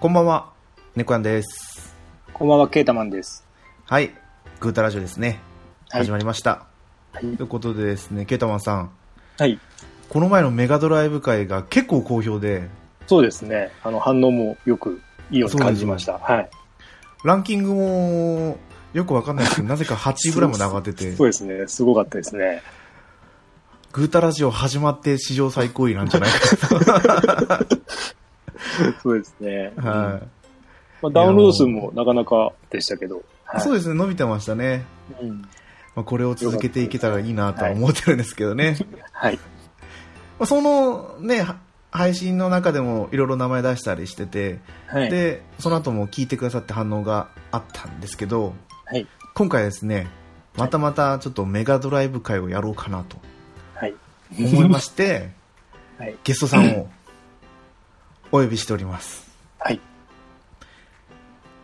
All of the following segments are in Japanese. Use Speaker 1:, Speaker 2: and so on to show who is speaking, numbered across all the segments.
Speaker 1: こんばんは、猫やんです。
Speaker 2: こんばんは、ケータマンです。
Speaker 1: はい、グータラジオですね。
Speaker 2: はい
Speaker 1: 始まりました。
Speaker 2: はい
Speaker 1: ということでですね、ケータマンさん、
Speaker 2: はい。
Speaker 1: この前のメガドライブ会が結構好評で、
Speaker 2: そうですね。あの、反応もよくいいように
Speaker 1: そうなん
Speaker 2: 感
Speaker 1: です
Speaker 2: じ
Speaker 1: よ
Speaker 2: ました。はい。
Speaker 1: ランキングもよくわかんないですけ ど、なぜか8位ぐらいも上がってて、
Speaker 2: そうですね。すごかったですね。
Speaker 1: グータラジオ始まって史上最高位なんじゃない か
Speaker 2: そうですね。
Speaker 1: と。は。
Speaker 2: まあ、ダウンロード数もなかなかでしたけど。はい
Speaker 1: そうですね、伸びてましたね。
Speaker 2: う、ん。
Speaker 1: まあ、これを続けていけたらいいなとは思ってるんですけど ね。
Speaker 2: はい。
Speaker 1: まあそのね、は配信の中でもいろいろ名前出したりしてて、
Speaker 2: はい。
Speaker 1: で、その後も聞いてくださって反応があったんですけど、
Speaker 2: はい。
Speaker 1: 今回ですね、またまたちょっとメガドライブ会をやろうかなと
Speaker 2: はい。
Speaker 1: 思いまして、
Speaker 2: はい
Speaker 1: ゲストさんをお呼びしております。
Speaker 2: はい。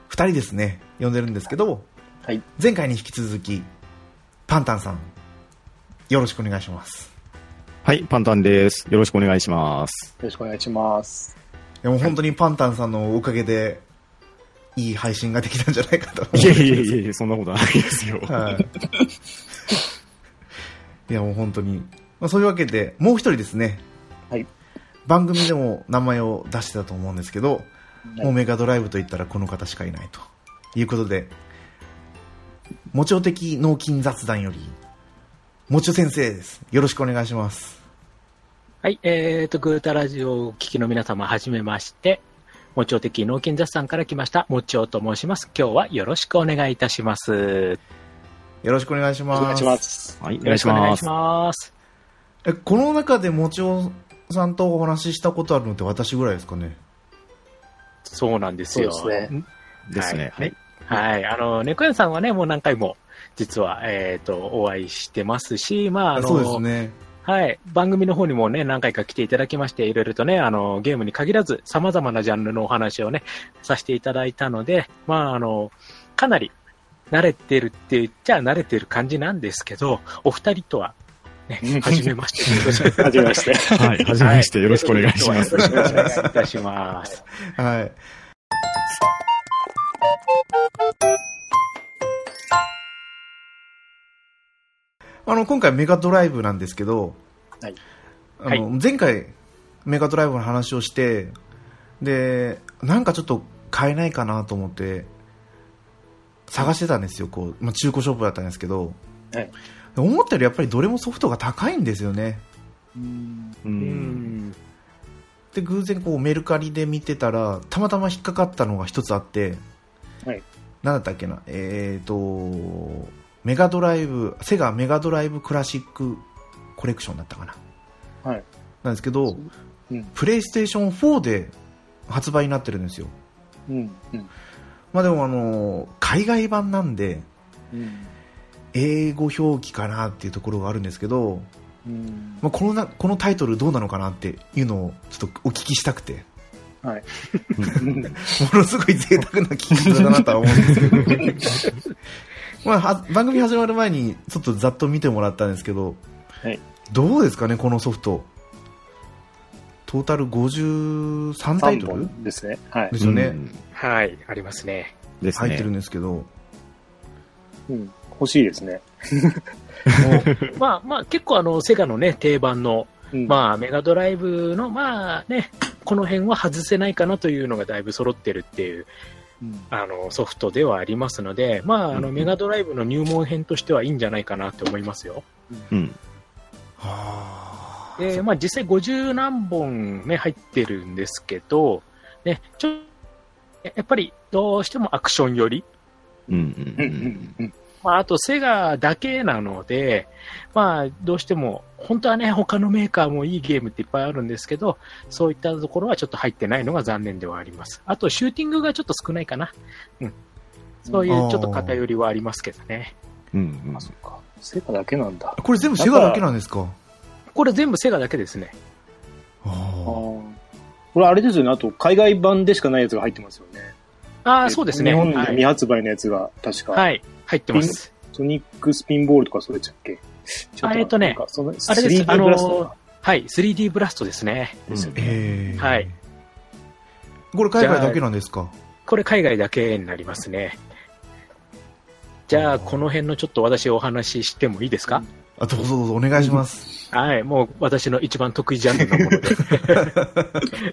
Speaker 1: 二人ですね、呼んでるんですけど、
Speaker 2: はい。
Speaker 1: 前回に引き続き、パンタンさん、よろしくお願いします。
Speaker 3: はい、パンタンです。よろしくお願いします。
Speaker 2: よろしくお願いします。
Speaker 1: でも本当にパンタンさんのおかげで、いい配信ができたんじゃないかと。
Speaker 3: いやいやいやいや、そんなことはないですよ。
Speaker 1: はい。いや、もう本当に。まあ、そういうわけで、もう一人ですね。
Speaker 2: はい。
Speaker 1: 番組でも名前を出してたと思うんですけど、
Speaker 2: はい
Speaker 1: もうメガドライブといったらこの方しかいないということで、もちお的脳筋雑談より、もちお先生です。よろしくお願いします。
Speaker 4: はい、えーと、グータラジオをお聞きの皆様、はじめまして。もちお的脳筋雑さんから来ました、もちおと申します。今日はよろしくお願いいたします。
Speaker 1: よろしくお願いし
Speaker 2: お
Speaker 1: ます。
Speaker 2: 願いします。
Speaker 3: はい、お
Speaker 4: よ
Speaker 3: 願
Speaker 4: ろ
Speaker 3: い
Speaker 4: し
Speaker 3: し
Speaker 4: くお願
Speaker 3: ま
Speaker 4: いし
Speaker 3: す。
Speaker 4: ます。
Speaker 1: え、この中でもちおさんとお話ししたことあるのって私ぐらいですかね。
Speaker 4: そうなんですよ。
Speaker 2: そうです
Speaker 4: ね。
Speaker 3: ですね。はい。
Speaker 4: はい、あの、猫屋さんはね、もう何回も、実は、えーと、お会いしてますし、まあ、あの、
Speaker 1: そうですね。
Speaker 4: はい。番組の方にもね、何回か来ていただきまして、いろいろとね、あの、ゲームに限らず、様々なジャンルのお話をね、させていただいたので、まあ、あの、かなり慣れてるって言っちゃ慣れてる感じなんですけど、お二人とは、ね、はじめましてでございます。
Speaker 2: はじめまして。
Speaker 3: はい、はじめまして、よろしくお願いします。
Speaker 4: はいよろしくお願いいたします。
Speaker 1: はい。あの今回メガドライブなんですけど、
Speaker 2: はい
Speaker 1: あの前回メガドライブの話をしてでなんかちょっと買えないかなと思って探してたんですよこう、まあ、中古ショップだったんですけど、
Speaker 2: はい
Speaker 1: で思ったよりやっぱりどれもソフトが高いんですよね
Speaker 3: う。
Speaker 4: うんん。
Speaker 1: で偶然こうメルカリで見てたらたまたま引っかかったのが一つあって、
Speaker 2: はい
Speaker 1: なんだったっけなえっ、とメガドライブセガメガドライブクラシックコレクションだったかな
Speaker 2: はい
Speaker 1: なんですけど、
Speaker 2: うん
Speaker 1: プレイステーション4で発売になってるんですよ
Speaker 2: うん。うん。
Speaker 1: まあでもあのー海外版なんで
Speaker 2: うん。
Speaker 1: 英語表記かなっていうところがあるんですけど、
Speaker 2: うん。
Speaker 1: まあ、このなこのタイトルどうなのかなっていうのをちょっとお聞きしたくて
Speaker 2: はい。
Speaker 1: ものすごい贅沢な聞き方だなとは思うんですけど、 まあ、は番組始まる前にちょっとざっと見てもらったんですけど、
Speaker 2: はい
Speaker 1: どうですかね、このソフトトータル53タイ
Speaker 2: 3
Speaker 1: トル
Speaker 2: 本ですね。はい
Speaker 1: で。すよね、
Speaker 3: うん
Speaker 4: はい、ありますね。
Speaker 3: です
Speaker 1: 入ってる
Speaker 3: ね。
Speaker 1: んですけど、
Speaker 2: うん。欲しいですね。
Speaker 4: まあまあ、結構あの、セガのね、定番の、
Speaker 2: うん。あ、
Speaker 4: まあ、メガドライブの、まあね、この辺は外せないかなというのがだいぶ揃ってるっていう、あの、ソフトではありますので、まあ、あ
Speaker 3: うんう
Speaker 4: の、
Speaker 3: ん
Speaker 4: メガドライブの入門編としてはいいんじゃないかなって思いますよ。
Speaker 3: うん。
Speaker 1: はあ
Speaker 4: で、まあ、実際50何本ね、入ってるんですけど、ね、ちょ、やっぱりどうしてもアクション寄り、
Speaker 3: うん。う
Speaker 2: うん
Speaker 3: ん。
Speaker 2: うん
Speaker 4: まあ、あとセガだけなので、まあ、どうしても、本当はね、他のメーカーもいいゲームっていっぱいあるんですけど、そういったところはちょっと入ってないのが残念ではあります。あと、シューティングがちょっと少ないかな。うん。そういうちょっと偏りはありますけどね。
Speaker 3: うん。うん
Speaker 2: あ、そっか。セガだけなんだ。
Speaker 1: これ全部セガだけなんですか
Speaker 4: これ全部セガだけですね。
Speaker 2: あ
Speaker 1: は
Speaker 2: ーこれあれですよね。あと、海外版でしかないやつが入ってますよね。
Speaker 4: ああ、そうですね。
Speaker 2: 日本で
Speaker 4: は
Speaker 2: 未
Speaker 4: い。
Speaker 2: 発売のやつが、確か、
Speaker 4: はい。入ってます。
Speaker 2: ソニックスピンボールとかそれちゃっけちょっ
Speaker 4: あえっとね
Speaker 2: なんかその
Speaker 4: あれです
Speaker 2: 3D ブラスト
Speaker 4: はい。3D ブラストですね。
Speaker 3: うん
Speaker 1: い、えー
Speaker 4: はい
Speaker 1: これ海外だけなんですか
Speaker 4: これ海外だけになりますね。じゃ
Speaker 1: あ
Speaker 4: あ、
Speaker 1: ー
Speaker 4: この辺のちょっと私お話ししてもいいですか
Speaker 1: あどうぞどうぞお願いします、
Speaker 4: はい、もう私の一番得意ジャンルのもので。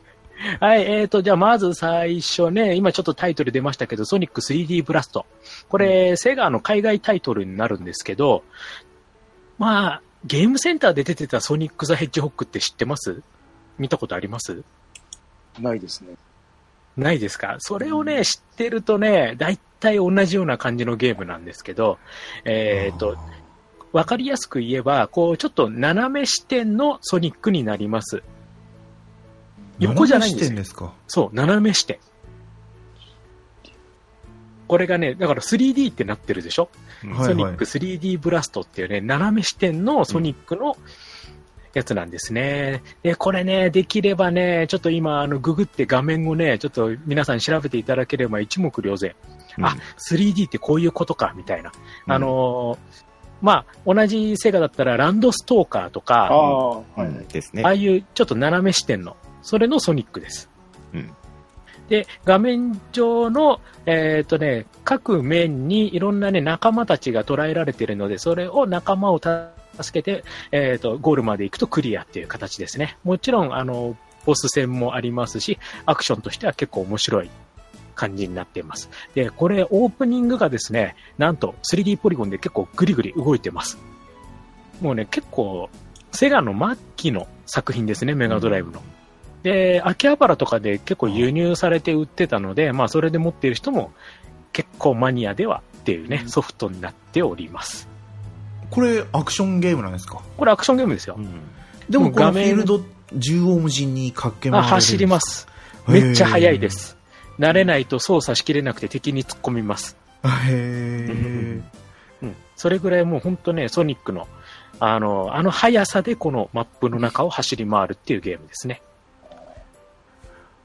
Speaker 4: はい、えーと、じゃあまず最初ね、今ちょっとタイトル出ましたけど、ソニック 3D ブラスト。これ、セガの海外タイトルになるんですけど、まあ、ゲームセンターで出てたソニック・ザ・ヘッジホックって知ってます見たことあります
Speaker 2: ないですね。
Speaker 4: ないですかそれをね、知ってるとね、大体同じような感じのゲームなんですけど、えーと、わかりやすく言えば、こう、ちょっと斜め視点のソニックになります。横じゃないんですよ
Speaker 1: 何ですか
Speaker 4: そう、斜め視点。これがね、だから 3D ってなってるでしょ、
Speaker 1: はい
Speaker 4: ソニック 3D ブラストっていうね、斜め視点のソニックのやつなんですね。で、これね、できればね、ちょっと今、あの、ググって画面をね、ちょっと皆さん調べていただければ一目瞭然。あ、3D ってこういうことか、みたいな。
Speaker 3: うん
Speaker 4: あのーまあ、同じセガだったらランドストーカーと
Speaker 2: あ
Speaker 4: か、
Speaker 2: あ、は
Speaker 3: う
Speaker 2: い。
Speaker 3: んですね
Speaker 4: あ。あいうちょっと斜め視点の、それのソニックです。
Speaker 3: うん
Speaker 4: で、画面上の、えっ、とね、各面にいろんなね、仲間たちが捉えられているので、それを仲間を助けて、えっ、と、ゴールまで行くとクリアっていう形ですね。もちろん、あの、ボス戦もありますし、アクションとしては結構面白い感じになっています。で、これ、オープニングがですね、なんと 3D ポリゴンで結構グリグリ動いてます。もうね、結構、セガの末期の作品ですね、メガドライブの。で、秋葉原とかで結構輸入されて売ってたので、まあ、それで持っている人も結構マニアではっていうね、ソフトになっております。
Speaker 1: これアクションゲームなんですか
Speaker 4: これアクションゲームですよ。
Speaker 1: でもこの
Speaker 4: 画
Speaker 1: フ
Speaker 4: 面
Speaker 1: ィールド縦横無尽に駆け回
Speaker 4: あ
Speaker 1: れる
Speaker 4: 走りますす。めっちゃ速いです。慣れないと操作しきれなくて敵に突っ込みます。
Speaker 1: へ
Speaker 4: うん、それぐらいもう本当ね、ソニックの、あの、あの速さでこのマップの中を走り回るっていうゲームですね。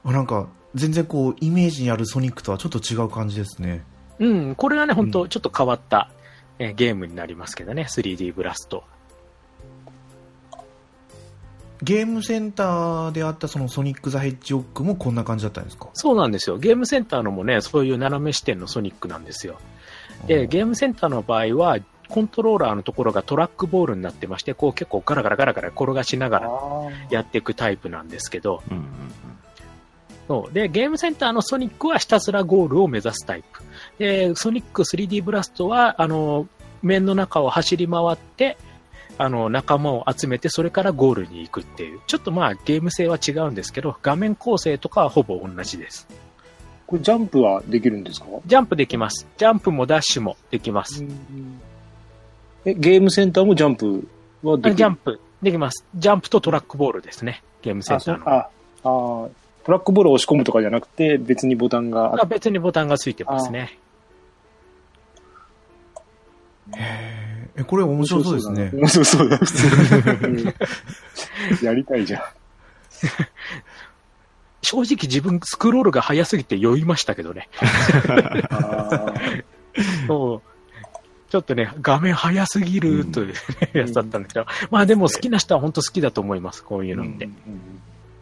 Speaker 1: えなんか全然こうイメージにあるソニックとはちょっと違う感じですね
Speaker 4: うん、これはね、本
Speaker 3: う
Speaker 4: 当ちょっと変わった、えーゲームになりますけどね、3D ブラスト。
Speaker 1: ゲームセンターであったそのソニック・ザ・ヘッジホックもこんな感じだったんですか
Speaker 4: そうなんですよ。ゲームセンターのもね、そういう斜め視点のソニックなんですよ。で、ゲームセンターの場合は、コントローラーのところがトラックボールになってまして、こう結構ガラガラガラガラ転がしながら
Speaker 2: あ
Speaker 4: やっていくタイプなんですけど、
Speaker 3: うんうん
Speaker 4: そう。で、ゲームセンターのソニックはひたすらゴールを目指すタイプ。で、ソニック 3D ブラストは、あの、面の中を走り回って、あの、仲間を集めて、それからゴールに行くっていう。ちょっとまあ、ゲーム性は違うんですけど、画面構成とかはほぼ同じです。
Speaker 2: これジャンプはできるんですか
Speaker 4: ジャンプできます。ジャンプもダッシュもできます。
Speaker 2: え、ゲームセンターもジャンプはでき
Speaker 4: あ
Speaker 2: る
Speaker 4: ジャンプできます。ジャンプとトラックボールですね。ゲームセン
Speaker 2: あ、
Speaker 4: タ
Speaker 2: そ
Speaker 4: ー
Speaker 2: う
Speaker 4: の。
Speaker 2: あ、あートラックボールを押し込むとかじゃなくて、別にボタンがあ
Speaker 4: あ別にボタンがついてますね。
Speaker 1: へええこれ面白そうですね
Speaker 2: 面白 そう だ、普通にうんやりたいじゃん。
Speaker 4: 正直自分スクロールが早すぎて酔いましたけどね。
Speaker 2: あ
Speaker 4: そう。ちょっとね、画面早すぎるという、ね
Speaker 2: うん
Speaker 4: やつだったんですけど、まあでも好きな人は本当好きだと思います、こういう
Speaker 2: ー
Speaker 4: のって。
Speaker 2: うんうん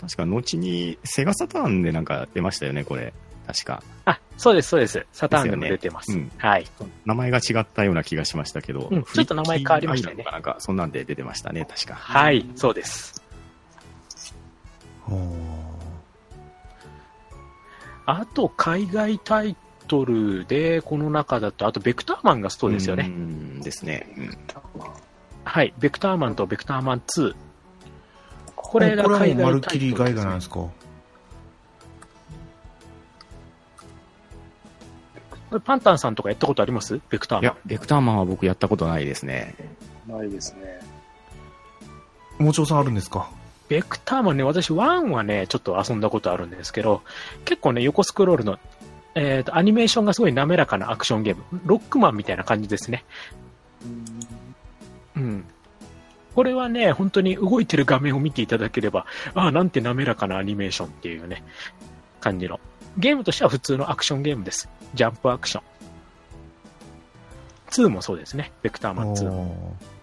Speaker 3: 確か、後に、セガサターンでなんか出ましたよね、これ。確か。
Speaker 4: あ、そうです、そうです。サターンでも
Speaker 3: ですよね
Speaker 4: 出てます。
Speaker 3: うん
Speaker 4: はい。
Speaker 3: 名前が違ったような気がしましたけど。
Speaker 4: うんちょっと名前変わりましたよ
Speaker 3: フリッキーアイラ
Speaker 4: ね
Speaker 3: ンドかなんか、そんなんで出てましたね、確か。
Speaker 4: はい、そうです。
Speaker 1: ほ
Speaker 4: あと、海外タイトルで、この中だと、あと、ベクターマンがそうですよね。
Speaker 3: んですね。うん
Speaker 4: はい、ベクターマンとベクターマン2。
Speaker 1: こ
Speaker 4: これ
Speaker 1: れ
Speaker 4: が
Speaker 1: これはも
Speaker 4: 海
Speaker 1: うまる
Speaker 4: 外
Speaker 1: っ
Speaker 4: タ
Speaker 1: き
Speaker 4: イ
Speaker 1: り
Speaker 4: トル
Speaker 1: 外
Speaker 4: で
Speaker 1: 貨な
Speaker 4: す
Speaker 1: ん
Speaker 4: ね
Speaker 1: で。すか
Speaker 4: これパンタンさんとかやったことありますベクター
Speaker 3: い
Speaker 4: マン
Speaker 3: や。、ベクターマンは僕やったことないですね。
Speaker 2: ないですね。
Speaker 1: もちろさんあるんですか
Speaker 4: ベクターマンね、私1はね、ちょっと遊んだことあるんですけど、結構ね、横スクロールの、えーと、アニメーションがすごい滑らかなアクションゲーム。ロックマンみたいな感じですね。うん。これはね、本当に動いてる画面を見ていただければ、ああ、なんて滑らかなアニメーションっていうね、感じの。ゲームとしては普通のアクションゲームです。ジャンプアクション。2もそうですね。ベクターマン2も。
Speaker 1: おー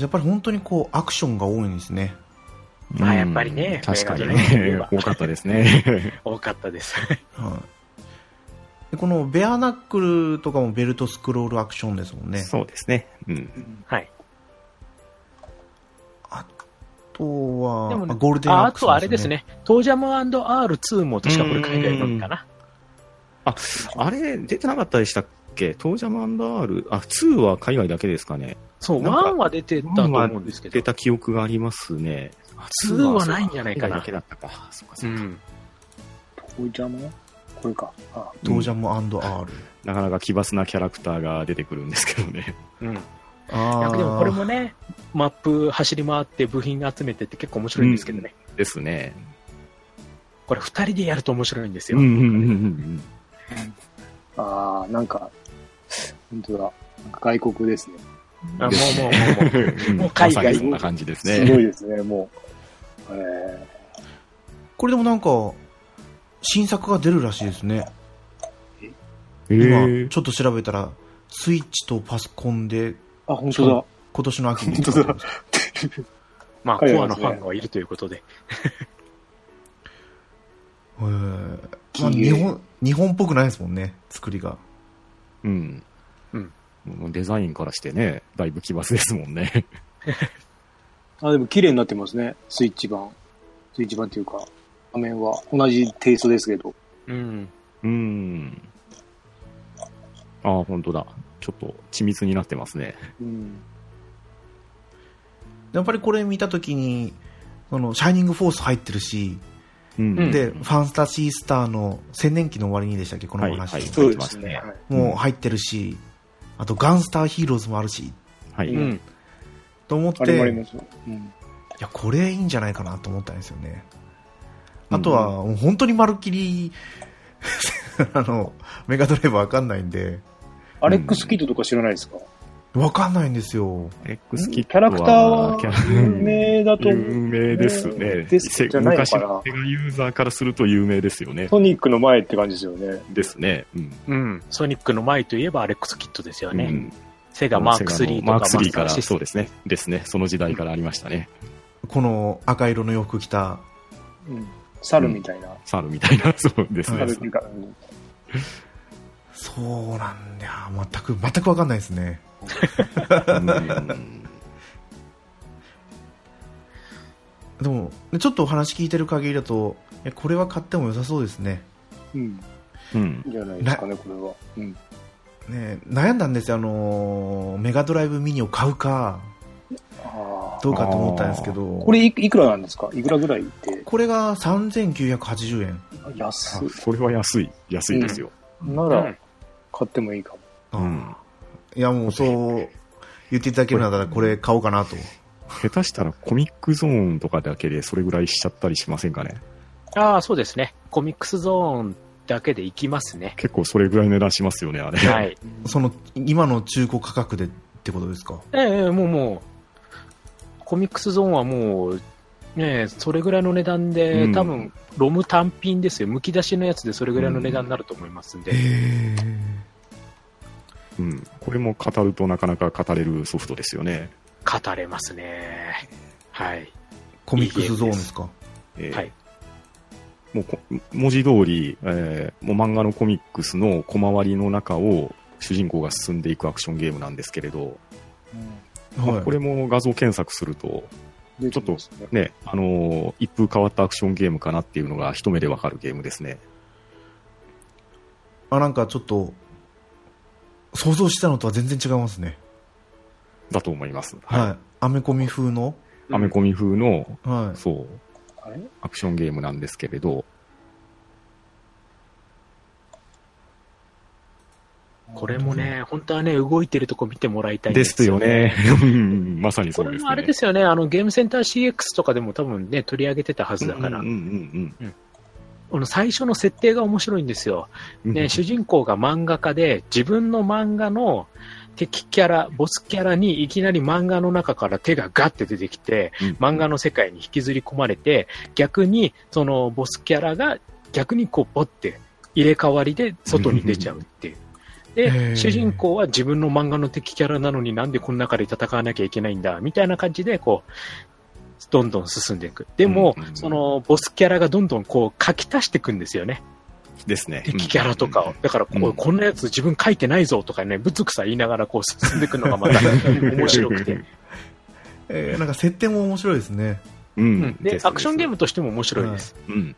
Speaker 1: やっぱり本当にこうアクションが多いんですね
Speaker 4: まあやっぱりね
Speaker 3: うん確かに
Speaker 4: メガド ライブといえ
Speaker 3: ね
Speaker 4: ば、
Speaker 3: 多かったですね。
Speaker 4: 多かったです。
Speaker 1: はい、でこのベアナックルとかもベルトスクロールアクションですもんね。
Speaker 3: そうですね。うん。
Speaker 4: はい。
Speaker 1: あとは、
Speaker 4: でもね
Speaker 1: あゴールデン
Speaker 4: あ
Speaker 1: ア
Speaker 4: あ
Speaker 1: クション、
Speaker 4: とあれです。ね、トージャム &R2 も確かこれ海外版かな。
Speaker 3: あ、あれ、出てなかったでしたっけトージャム &R、あ、2は海外だけですかね。
Speaker 4: そう、
Speaker 3: なんか
Speaker 4: 1は出てたと思うんですけ
Speaker 3: 出
Speaker 4: ど、
Speaker 3: た記憶がありますね。あ
Speaker 4: 2はないんじゃないかな
Speaker 3: 海外だけだったか。そうか
Speaker 4: う
Speaker 3: そうか
Speaker 4: ん、
Speaker 2: おいちゃんもこれか。あ
Speaker 1: トージャム &R。
Speaker 3: なかなか奇抜なキャラクターが出てくるんですけど ね。
Speaker 4: うん、
Speaker 1: あ
Speaker 4: なん
Speaker 1: あ。
Speaker 4: かでもこれもね、マップ走り回って部品集めてって結構面白いんですけどね、
Speaker 3: ですね。
Speaker 4: これ2人でやると面白いんです
Speaker 3: うん
Speaker 4: よ。
Speaker 3: うんうんうん
Speaker 2: あー、なんか、本当だ。なんか外国ですね。
Speaker 4: あもう
Speaker 3: です
Speaker 4: もうもうもう
Speaker 3: うん。
Speaker 4: もう海
Speaker 3: ま
Speaker 4: 外
Speaker 3: さにそんな感じです
Speaker 2: すご
Speaker 3: ね。
Speaker 2: いですね、もう。え
Speaker 1: これでもなんか、新作が出るらしいですね。
Speaker 3: へ
Speaker 1: 今、
Speaker 3: ー
Speaker 1: ちょっと調べたら、スイッチとパソコンで、
Speaker 2: ー、あ、本当だ。
Speaker 1: 今年の秋に。
Speaker 2: 本当 だ。
Speaker 4: まあ、コ
Speaker 2: 海外で
Speaker 4: アのフ
Speaker 2: すね
Speaker 4: ァンがいるということで、
Speaker 1: へーまあ、
Speaker 2: 金
Speaker 1: 日
Speaker 2: 融
Speaker 1: 本、日本っぽくないですもんね、作りが。
Speaker 3: うん。
Speaker 4: うん
Speaker 3: もうデザインからしてね、だいぶ奇抜ですもんね。
Speaker 2: あ、でも綺麗になってますね。スイッチ版。スイッチ版っていうか、画面は同じテイストですけど。
Speaker 4: うん、
Speaker 3: うん。ああ、本当だ。ちょっと緻密になってますね。
Speaker 2: うん。
Speaker 1: やっぱりこれ見たときに、その、シャイニングフォース入ってるし、
Speaker 3: うん
Speaker 4: うん
Speaker 1: で、ファンタジースターの青年期の終わりにでしたっけ、このお話。
Speaker 3: はいはい
Speaker 2: そうですね。
Speaker 3: 入
Speaker 2: はい
Speaker 1: もう入ってるし、あと、ガンスターヒーローズもあるし、
Speaker 3: は
Speaker 4: う
Speaker 3: い。
Speaker 4: ん、
Speaker 1: と思っ
Speaker 2: あれもあり
Speaker 1: て、
Speaker 2: ますよ。うん。
Speaker 1: いや、これいいんじゃないかなと思ったんですよね。あとは、もう本当にまるっきり、 あの、メガドライブわかんないんで、
Speaker 2: アレックス・キッドとか知らないですか、
Speaker 1: わかんないんですよ。
Speaker 3: X キ
Speaker 2: キ
Speaker 3: ット
Speaker 2: ャラクターは
Speaker 3: キャラ
Speaker 2: 有名だと思う。
Speaker 3: 有名ですね。
Speaker 2: ですじゃないの
Speaker 3: 昔
Speaker 2: か
Speaker 3: の
Speaker 2: な
Speaker 3: ペガユーザーからすると有名ですよね。
Speaker 2: ソニックの前って感じですよね。
Speaker 3: ですね。うん。
Speaker 4: うん、ソニックの前といえばアレックスキットですよね、
Speaker 3: うん
Speaker 4: セガマーク
Speaker 3: セガ
Speaker 4: 3
Speaker 3: の
Speaker 4: とか
Speaker 3: マーク3から、
Speaker 4: マスターシステ
Speaker 3: そ
Speaker 4: ム
Speaker 3: うですね。ですね。その時代からありましたね。
Speaker 1: この赤色の洋服着た、
Speaker 2: うん。猿みたいな。
Speaker 3: サルみたいな、 そうですね
Speaker 2: 猿。っていうか、うん
Speaker 1: そうなんだよ。全く、全くわかんないですね。
Speaker 3: うん
Speaker 1: でも、ちょっとお話聞いてる限りだと、いやこれは買っても良さそうですね。
Speaker 2: うん。
Speaker 3: うん。
Speaker 2: じゃないですかね、これは。うん。
Speaker 1: ね悩んだんですよ、あのーメガドライブミニを買うか、
Speaker 2: ああ。
Speaker 1: どうかと思ったんですけど、
Speaker 2: これいいくらなんですかいくらぐらいって。
Speaker 1: これが3980円。
Speaker 2: あ安い
Speaker 3: あ。それは安い。安いですよ。
Speaker 2: なら、買ってもいいかも。
Speaker 3: うん。
Speaker 1: いや、もうそう言っていただけるならこれ買おうかなと。
Speaker 3: 下手したらコミックゾーンとかだけでそれぐらいしちゃったりしませんかね。
Speaker 4: ああ、そうですね、コミックスゾーンだけでいきますね。
Speaker 3: 結構それぐらいの値段しますよね、あれ。
Speaker 4: はい。
Speaker 1: その、今の中古価格でってことですか。
Speaker 4: ええええもうもう、コミックスゾーンはもう、ねえ、それぐらいの値段で、
Speaker 3: うん
Speaker 4: 多分ロム単品ですよ、むき出しのやつでそれぐらいの値段になると思いますんで、
Speaker 1: え
Speaker 3: うん。これも語るとなかなか語れるソフトですよね。
Speaker 4: 語れますね。はい。
Speaker 1: コミックスゾーンですか。
Speaker 3: えー
Speaker 4: はい
Speaker 3: もうこ文字通り、えーもう漫画のコミックスの小回りの中を主人公が進んでいくアクションゲームなんですけれど、まあこれも画像検索すると、
Speaker 2: で
Speaker 3: ちょっと
Speaker 2: ですね
Speaker 3: ね、あのー一風変わったアクションゲームかなっていうのが一目でわかるゲームですね。
Speaker 1: あ、なんかちょっと、想像してたのとは全然違いますね。
Speaker 3: だと思います。
Speaker 1: はい。
Speaker 3: は
Speaker 1: アメコミ風の、
Speaker 3: い。アメコミ風の、
Speaker 1: は
Speaker 3: そう、
Speaker 2: あれ
Speaker 3: アクションゲームなんですけれど、
Speaker 4: これもね、本当はね、動いてるとこ見てもらいたいん
Speaker 3: ですよ。ね。 うんまさにそ
Speaker 4: こ
Speaker 3: う
Speaker 4: れ
Speaker 3: ですね。
Speaker 4: もあれですよね、あのゲームセンター CX とかでも多分ね、取り上げてたはずだから、
Speaker 3: うんうんうん
Speaker 4: この最初の設定が面白いんですよ。
Speaker 3: うん。
Speaker 4: ね、主人公が漫画家で、自分の漫画の敵キャラ、ボスキャラにいきなり漫画の中から手がガッて出てきて、
Speaker 3: うん
Speaker 4: 漫画の世界に引きずり込まれて、逆にそのボスキャラが逆にこうポッて入れ替わりで外に出ちゃうっていう。
Speaker 1: へ
Speaker 4: で、
Speaker 1: ー
Speaker 4: 主人公は自分の漫画の敵キャラなのになんでこの中で戦わなきゃいけないんだ、みたいな感じで、こう、どんどん進んでいく。でも、
Speaker 3: うんうんうん
Speaker 4: そのボスキャラがどんどんこう書き足していくんですよね。
Speaker 3: ですね。
Speaker 4: 敵キャラとかを。だからこう、
Speaker 3: うん
Speaker 4: こんなやつ自分書いてないぞとかね、ぶつくさ言いながらこう進んでいくのがまた
Speaker 3: うん。
Speaker 4: 面白くて。
Speaker 1: えーなんか設定も面白いですね
Speaker 3: う
Speaker 4: うんん。で、アクションゲームとしても面白いです。
Speaker 3: ム。うん。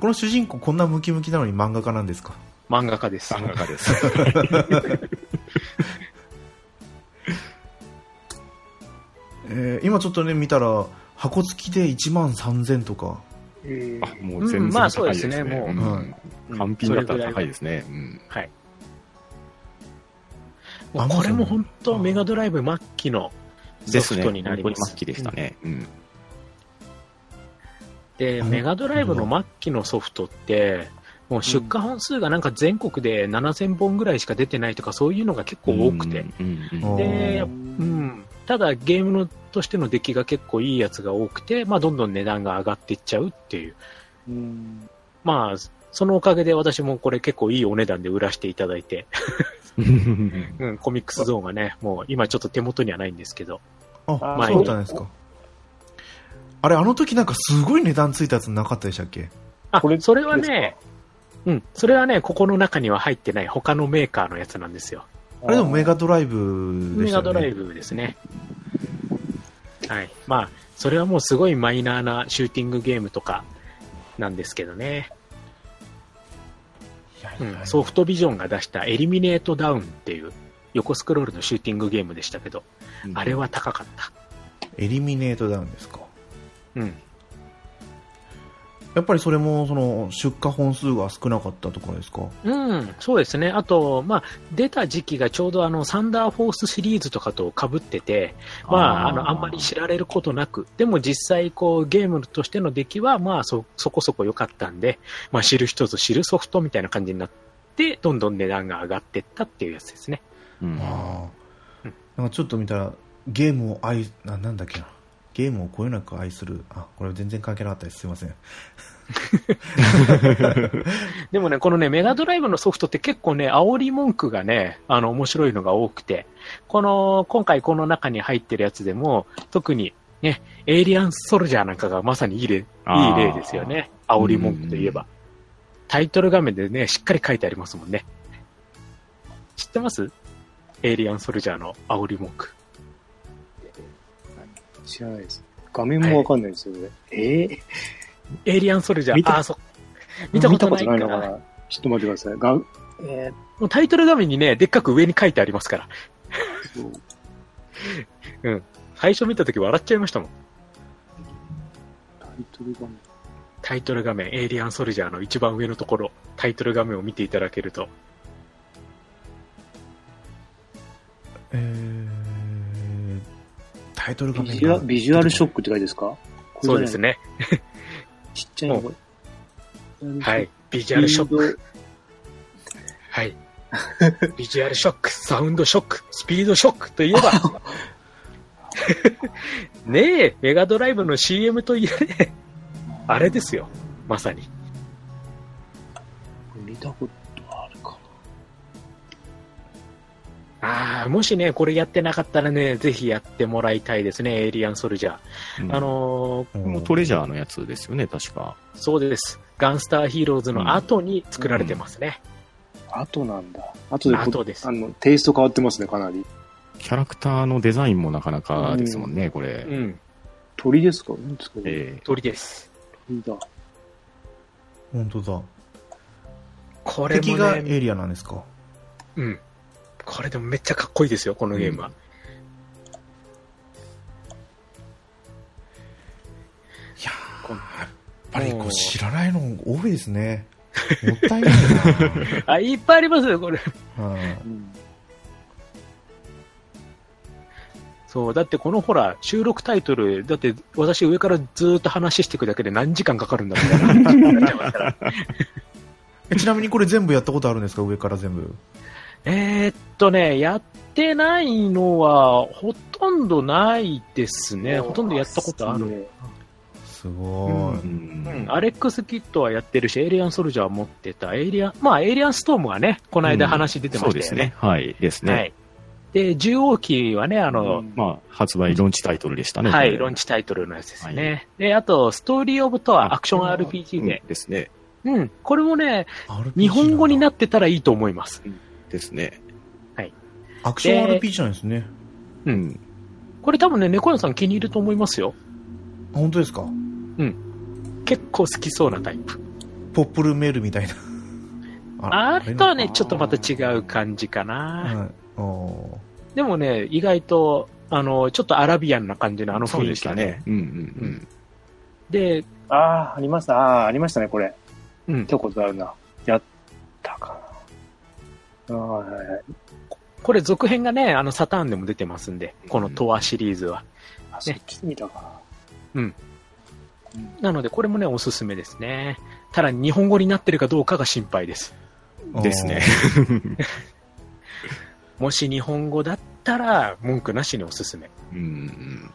Speaker 1: この主人公こんなムキムキなのに漫画家なんですか
Speaker 4: 漫画家です。
Speaker 3: 漫画家です。
Speaker 1: えー今ちょっとね見たら箱付きで1万3000とか
Speaker 2: え
Speaker 3: あ、 もう全
Speaker 4: うん
Speaker 3: 然
Speaker 4: まあ
Speaker 3: 高いです
Speaker 4: そうですね
Speaker 3: ね。
Speaker 4: もう
Speaker 1: はい
Speaker 4: うん。
Speaker 3: 完品だったら高いですすね。うん。
Speaker 4: はい。
Speaker 1: あ
Speaker 4: もうこれも本当、
Speaker 1: そう
Speaker 4: メガドライブ末期のソフトになり
Speaker 3: 本
Speaker 4: ま
Speaker 3: 当に
Speaker 4: す。
Speaker 3: 末期でしたね。うん。
Speaker 4: で、
Speaker 1: うん
Speaker 4: メガドライブの末期のソフトって、もう出荷本数がなんか全国で7000本ぐらいしか出てないとか、そういうのが結構多くて。
Speaker 3: うん。うん
Speaker 1: うん
Speaker 4: で、やっぱうん。ただ、ゲームのとしての出来が結構いいやつが多くて、まあ、どんどん値段が上がっていっちゃうっていう。
Speaker 2: うん。
Speaker 4: まあ、そのおかげで私もこれ結構いいお値段で売らせていただいて、
Speaker 3: うん
Speaker 4: うん、コミックスゾーンがね、もう今ちょっと手元にはないんですけど、
Speaker 1: あ
Speaker 4: まあ
Speaker 1: そうなんですかあれあの時なんかすごい値段ついたやつなかったでしたっけ
Speaker 4: あ
Speaker 2: これ、
Speaker 4: それはね、うん、それはね、ここの中には入ってない他のメーカーのやつなんですよ。
Speaker 1: あれでもメガドライブで
Speaker 4: メ
Speaker 1: した
Speaker 4: ガ
Speaker 1: よね
Speaker 4: ドライブですね。はい。まあ、それはもうすごいマイナーなシューティングゲームとかなんですけどね。
Speaker 1: いやい
Speaker 4: うん
Speaker 1: やいや
Speaker 4: ソフトビジョンが出したエリミネートダウンっていう横スクロールのシューティングゲームでしたけど、 あれは高かった。
Speaker 1: エリミネートダウンですか
Speaker 4: うん。
Speaker 1: やっぱりそれもその出荷本数が少なかったとかですか
Speaker 4: うん、そうですね。あと、まあ、出た時期がちょうどあの、サンダーフォースシリーズとかと被ってて、まあ、あの、あんまり知られることなく、でも実際、こう、ゲームとしての出来は、まあ、そ、そこそこ良かったんで、まあ、知る人ぞ知るソフトみたいな感じになって、どんどん値段が上がってったっていうやつですね。
Speaker 3: うん
Speaker 1: あ
Speaker 4: うん
Speaker 1: あなんかちょっと見たらゲームを愛ななんだっけなゲームをこよなく愛するあこれ全然関係なかったですすいません
Speaker 4: でもね、このね、メガドライブのソフトって結構ね、煽り文句がね、あの、面白いのが多くて、この、今回この中に入ってるやつでも、特に、ね、エイリアンソルジャーなんかがまさにいい例、いい
Speaker 3: あー
Speaker 4: 例ですよね。煽り文句といえば。タイトル画面でね、しっかり書いてありますもんね。知ってますエイリアンソルジャーの煽り文句。
Speaker 2: 知らないです。画面もわかんないですよ、ねえー
Speaker 4: エイリアンソルジャ
Speaker 3: 見
Speaker 4: ー、
Speaker 3: た
Speaker 4: あー、そっ見たことないか。
Speaker 2: のからな。ちょっと待ってください。がえ
Speaker 4: もうタイトル画面にね、でっかく上に書いてありますから。
Speaker 2: ーっと、
Speaker 4: 最初見た時笑っちゃいましたもん。
Speaker 2: タイトル画面。
Speaker 4: タイトル画面、エイリアンソルジャーの一番上のところ、タイトル画面を見ていただけると、
Speaker 1: えー、タイトル画面が
Speaker 2: ビジュアビジュアルショックって書いてですか
Speaker 4: そうです
Speaker 2: ね。
Speaker 4: ね。
Speaker 2: ちっちゃいのこれ。
Speaker 4: はい。。ビジュアルショック。
Speaker 2: ク。
Speaker 4: はい。 ビジュアルショック、サウンドショック、スピードショックと いえば、ねえ、メガドライブの CM といえね、あれですよ。まさに。
Speaker 2: 見たことあるか
Speaker 4: ああ、もしね、これやってなかったらね、ぜひやってもらいたいですね、エイリアンソルジャー。あのー
Speaker 3: このトレジャーのやつですよね、確か。
Speaker 4: そうです。ガンスターヒーローズの後に作られてますね。
Speaker 2: な。後なんだ。後でこ、
Speaker 4: 後です
Speaker 2: あの、テイスト変わってますね、かなり。
Speaker 3: キャラクターのデザインもなかなかですもんね、これ
Speaker 4: う。ん、
Speaker 2: 鳥ですか何ですかね。
Speaker 3: ええ
Speaker 4: 鳥です。
Speaker 2: 鳥だ。
Speaker 1: 本当だ
Speaker 4: これも、ね、
Speaker 1: 敵がエイリアンなんですか
Speaker 4: うん。これでもめっちゃかっこいいですよ、このゲームは。
Speaker 1: いやー
Speaker 4: こん
Speaker 1: やっぱりこ
Speaker 4: もう
Speaker 1: う知らないの多いです ねもったいない
Speaker 4: あ、いっぱいありますよ、これ。
Speaker 1: な、はい
Speaker 2: うん。
Speaker 4: そう、だってこのほら、収録タイトル、だって私上からずーっと話していくだけで何時間かかるんだみたいななっちゃいますから。
Speaker 1: えちなみにこれ全部やったことあるんですか上から全部
Speaker 4: えーっとね、やってないのはほとんどないですね。ほとんどやったことある。
Speaker 2: る。
Speaker 1: すごい、
Speaker 3: うん
Speaker 4: うん、アレックス・キッドはやってるし、エイリアン・ソルジャーは持ってた、エイリアン、まあ、エイリアン・ストームはね、この間話出てま
Speaker 3: そう
Speaker 4: し
Speaker 3: で
Speaker 4: たよ
Speaker 3: す
Speaker 4: ね
Speaker 3: ね。。はい。です
Speaker 4: は
Speaker 3: ね。
Speaker 4: い。で、10号機はね、あの、
Speaker 2: うん
Speaker 3: まあ、発売ロンチタイトルでしたね。
Speaker 4: はい、ロン
Speaker 3: チ
Speaker 4: チタイトルのやつですね。で、あと、ストーリーオブとアアクション RPG で、
Speaker 3: ですね。
Speaker 4: うん、これもね、
Speaker 1: RPG
Speaker 4: 日本語になってたらいいと思います。
Speaker 3: ですね。
Speaker 1: アクション RPG なんですね。
Speaker 4: う
Speaker 3: うんん。
Speaker 4: これ多分ね、猫屋さん気に入ると思いますよ。
Speaker 1: あ本当ですか
Speaker 4: 結構好きそうなタイプ。
Speaker 1: ポップルメールみたいな。
Speaker 4: あれとはね、
Speaker 3: あー
Speaker 4: ちょっとまた違う感じかな。
Speaker 1: はい。お
Speaker 4: でもね、意外と、あの、ちょっとアラビアンな感じのあの
Speaker 3: そう
Speaker 4: 雰囲
Speaker 3: で
Speaker 4: 気
Speaker 3: し
Speaker 4: だ
Speaker 3: た
Speaker 4: ね
Speaker 3: ね。。うんうん
Speaker 4: で、
Speaker 2: ああ、ありました。ああ、ありましたね、これ。
Speaker 4: うん
Speaker 2: 見たことあるな。やったかな。ああはいはい
Speaker 4: これ続編がね、あの、サターンでも出てますんで、このトアシリーズは。
Speaker 2: あ、そっち見たか
Speaker 4: なので、これもね、おすすめですね。ただ、日本語になってるかどうかが心配です。
Speaker 1: ー
Speaker 3: うん。ですね。。
Speaker 4: もし日本語だったら、文句なしにおすすめ。
Speaker 3: うんうん。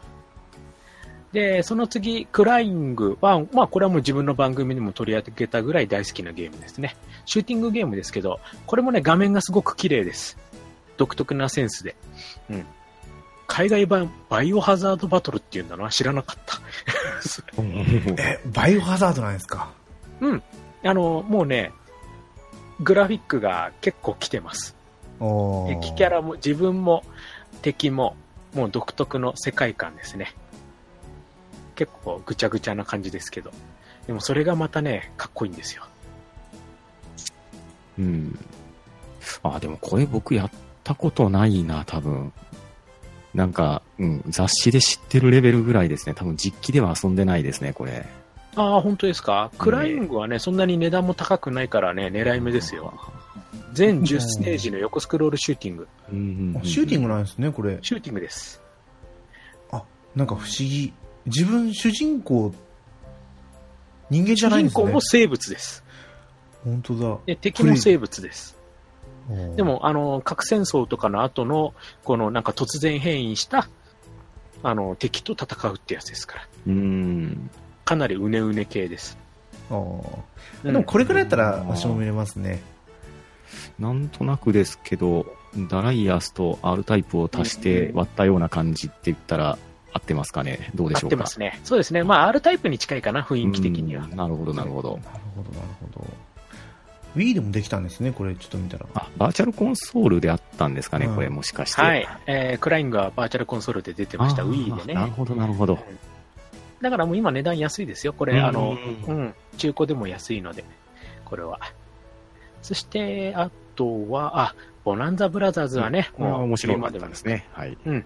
Speaker 4: で、その次、クライングは、まあ、これはもう自分の番組にも取り上げたぐらい大好きなゲームですね。シューティングゲームですけど、これもね、画面がすごく綺麗です。独特なセンスで。うん。海外版、バイオハザードバトルっていうんだな。知らなかった。
Speaker 1: え、バイオハザードなんですか
Speaker 4: あの、もうね、グラフィックが結構来てます。
Speaker 1: おー
Speaker 4: 敵キャラも、自分も、敵も、もう独特の世界観ですね。結構ぐちゃぐちゃな感じですけど。でもそれがまたね、かっこいいんですよ。
Speaker 3: うん。あ、でもこれ僕やったことないな、多分。なんか、うん、雑誌で知ってるレベルぐらいですね。多分実機では遊んでないですね、これ。
Speaker 4: ああ、本当ですかクライミングはね、そんなに値段も高くないからね、狙い目ですよ。全10ステージの横スクロールシューティング。
Speaker 3: うんうんうん。
Speaker 1: あシューティングなんですね、これ。
Speaker 4: シューティングです。
Speaker 1: なんか不思議。自分、主人公、人間じ
Speaker 4: 主
Speaker 1: ゃないん
Speaker 4: 人
Speaker 1: ですね。
Speaker 4: 公も生物です。
Speaker 1: 本当だ。
Speaker 4: で敵も生物です。
Speaker 1: おー
Speaker 4: で、も、あの、核戦争とかの後の、このなんか突然変異した、あの、敵と戦うってやつですから。
Speaker 3: うん。
Speaker 4: かなりうねうね系です。
Speaker 1: あー
Speaker 4: うん
Speaker 1: でもこれくらいだったら
Speaker 3: うん
Speaker 1: 私も見れますね。
Speaker 3: なんとなくですけど、ダライアスと R タイプを足して割ったような感じって言ったら合ってますかねどうでし
Speaker 4: 合
Speaker 3: ょうか
Speaker 4: ってますね。そうですね。まあ、R タイプに近いかな、雰囲気的には
Speaker 3: うん。なるほど、なるほど。
Speaker 1: なるほど、なるほど。Wii でもできたんですね、これ、ちょっと見たら。
Speaker 3: あ、バーチャルコンソールであったんですかね、
Speaker 1: うん
Speaker 3: これもしかして。
Speaker 4: はい。えー、クラインがバーチャルコンソールで出てました、
Speaker 3: あー
Speaker 4: Wii で
Speaker 3: なる
Speaker 4: ね。
Speaker 3: ほど、なるほど。
Speaker 4: だからもう今値段安いですよ。こ
Speaker 3: う
Speaker 4: れ、
Speaker 3: ん
Speaker 4: あ の、うん、中古でも安いので、これは。そして、あとは、あ、ボナンザブラザーズはね、
Speaker 3: これは面白かっ
Speaker 4: 今
Speaker 3: た
Speaker 4: で
Speaker 3: ですね。はい。
Speaker 4: も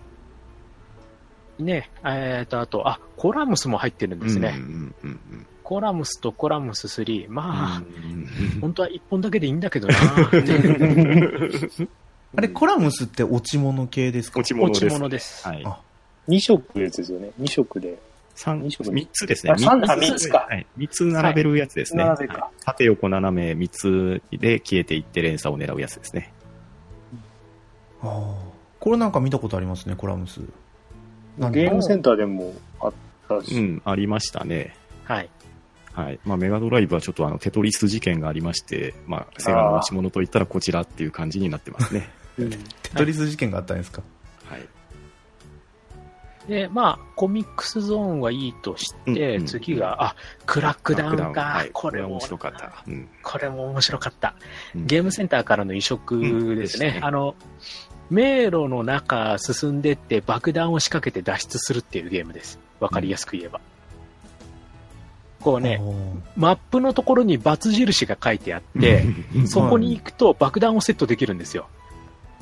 Speaker 4: ね、えっ、と、あと、あ、コラムスも入ってるんですね。
Speaker 3: うんうんうんうん
Speaker 4: コラムスとコラムス3。まあ、
Speaker 3: うん
Speaker 4: 本当は1本だけでいいんだけどな。
Speaker 1: あれ、コラムスって落ち物系ですか
Speaker 3: 落ち物
Speaker 4: 落
Speaker 3: です。
Speaker 4: ち物です。
Speaker 3: はい
Speaker 1: あ。
Speaker 2: 2色のやつですよね。2色で。
Speaker 3: 三
Speaker 2: 二色
Speaker 3: 三つですね。
Speaker 2: あ三あ三つか
Speaker 3: はい。三つ並べるやつですね。
Speaker 2: はい並べか
Speaker 3: はい縦横斜め三つで消えていって連鎖を狙うやつですね。
Speaker 1: あーこれなんか見たことありますね、コラムス。なんだ
Speaker 2: ゲームセンターでもあった
Speaker 3: う
Speaker 2: し。
Speaker 3: ん、ありましたね。
Speaker 4: はい。
Speaker 3: はい。まあ、メガドライブはちょっとあの、テトリス事件がありまして、まあ、セガの持ち物といったらこちらっていう感じになってます ね。
Speaker 1: テトリス事件があったんですか、
Speaker 3: はい。
Speaker 4: で、まあ、コミックスゾーンはいいとして、
Speaker 3: うんうん
Speaker 4: 次が、あ、クラックダウンか。
Speaker 3: はい
Speaker 4: これも
Speaker 3: 面白かった。うん。
Speaker 4: これも面白かった。
Speaker 3: うん
Speaker 4: ゲームセンターからの移植ですね。
Speaker 3: うんですね
Speaker 4: あの、迷路の中進んでって爆弾を仕掛けて脱出するっていうゲームです。わかりやすく言えば。こうね、
Speaker 1: あ
Speaker 4: マップのところに×印が書いてあって、
Speaker 1: ー
Speaker 4: そこに行くと爆弾をセットできるんですよ。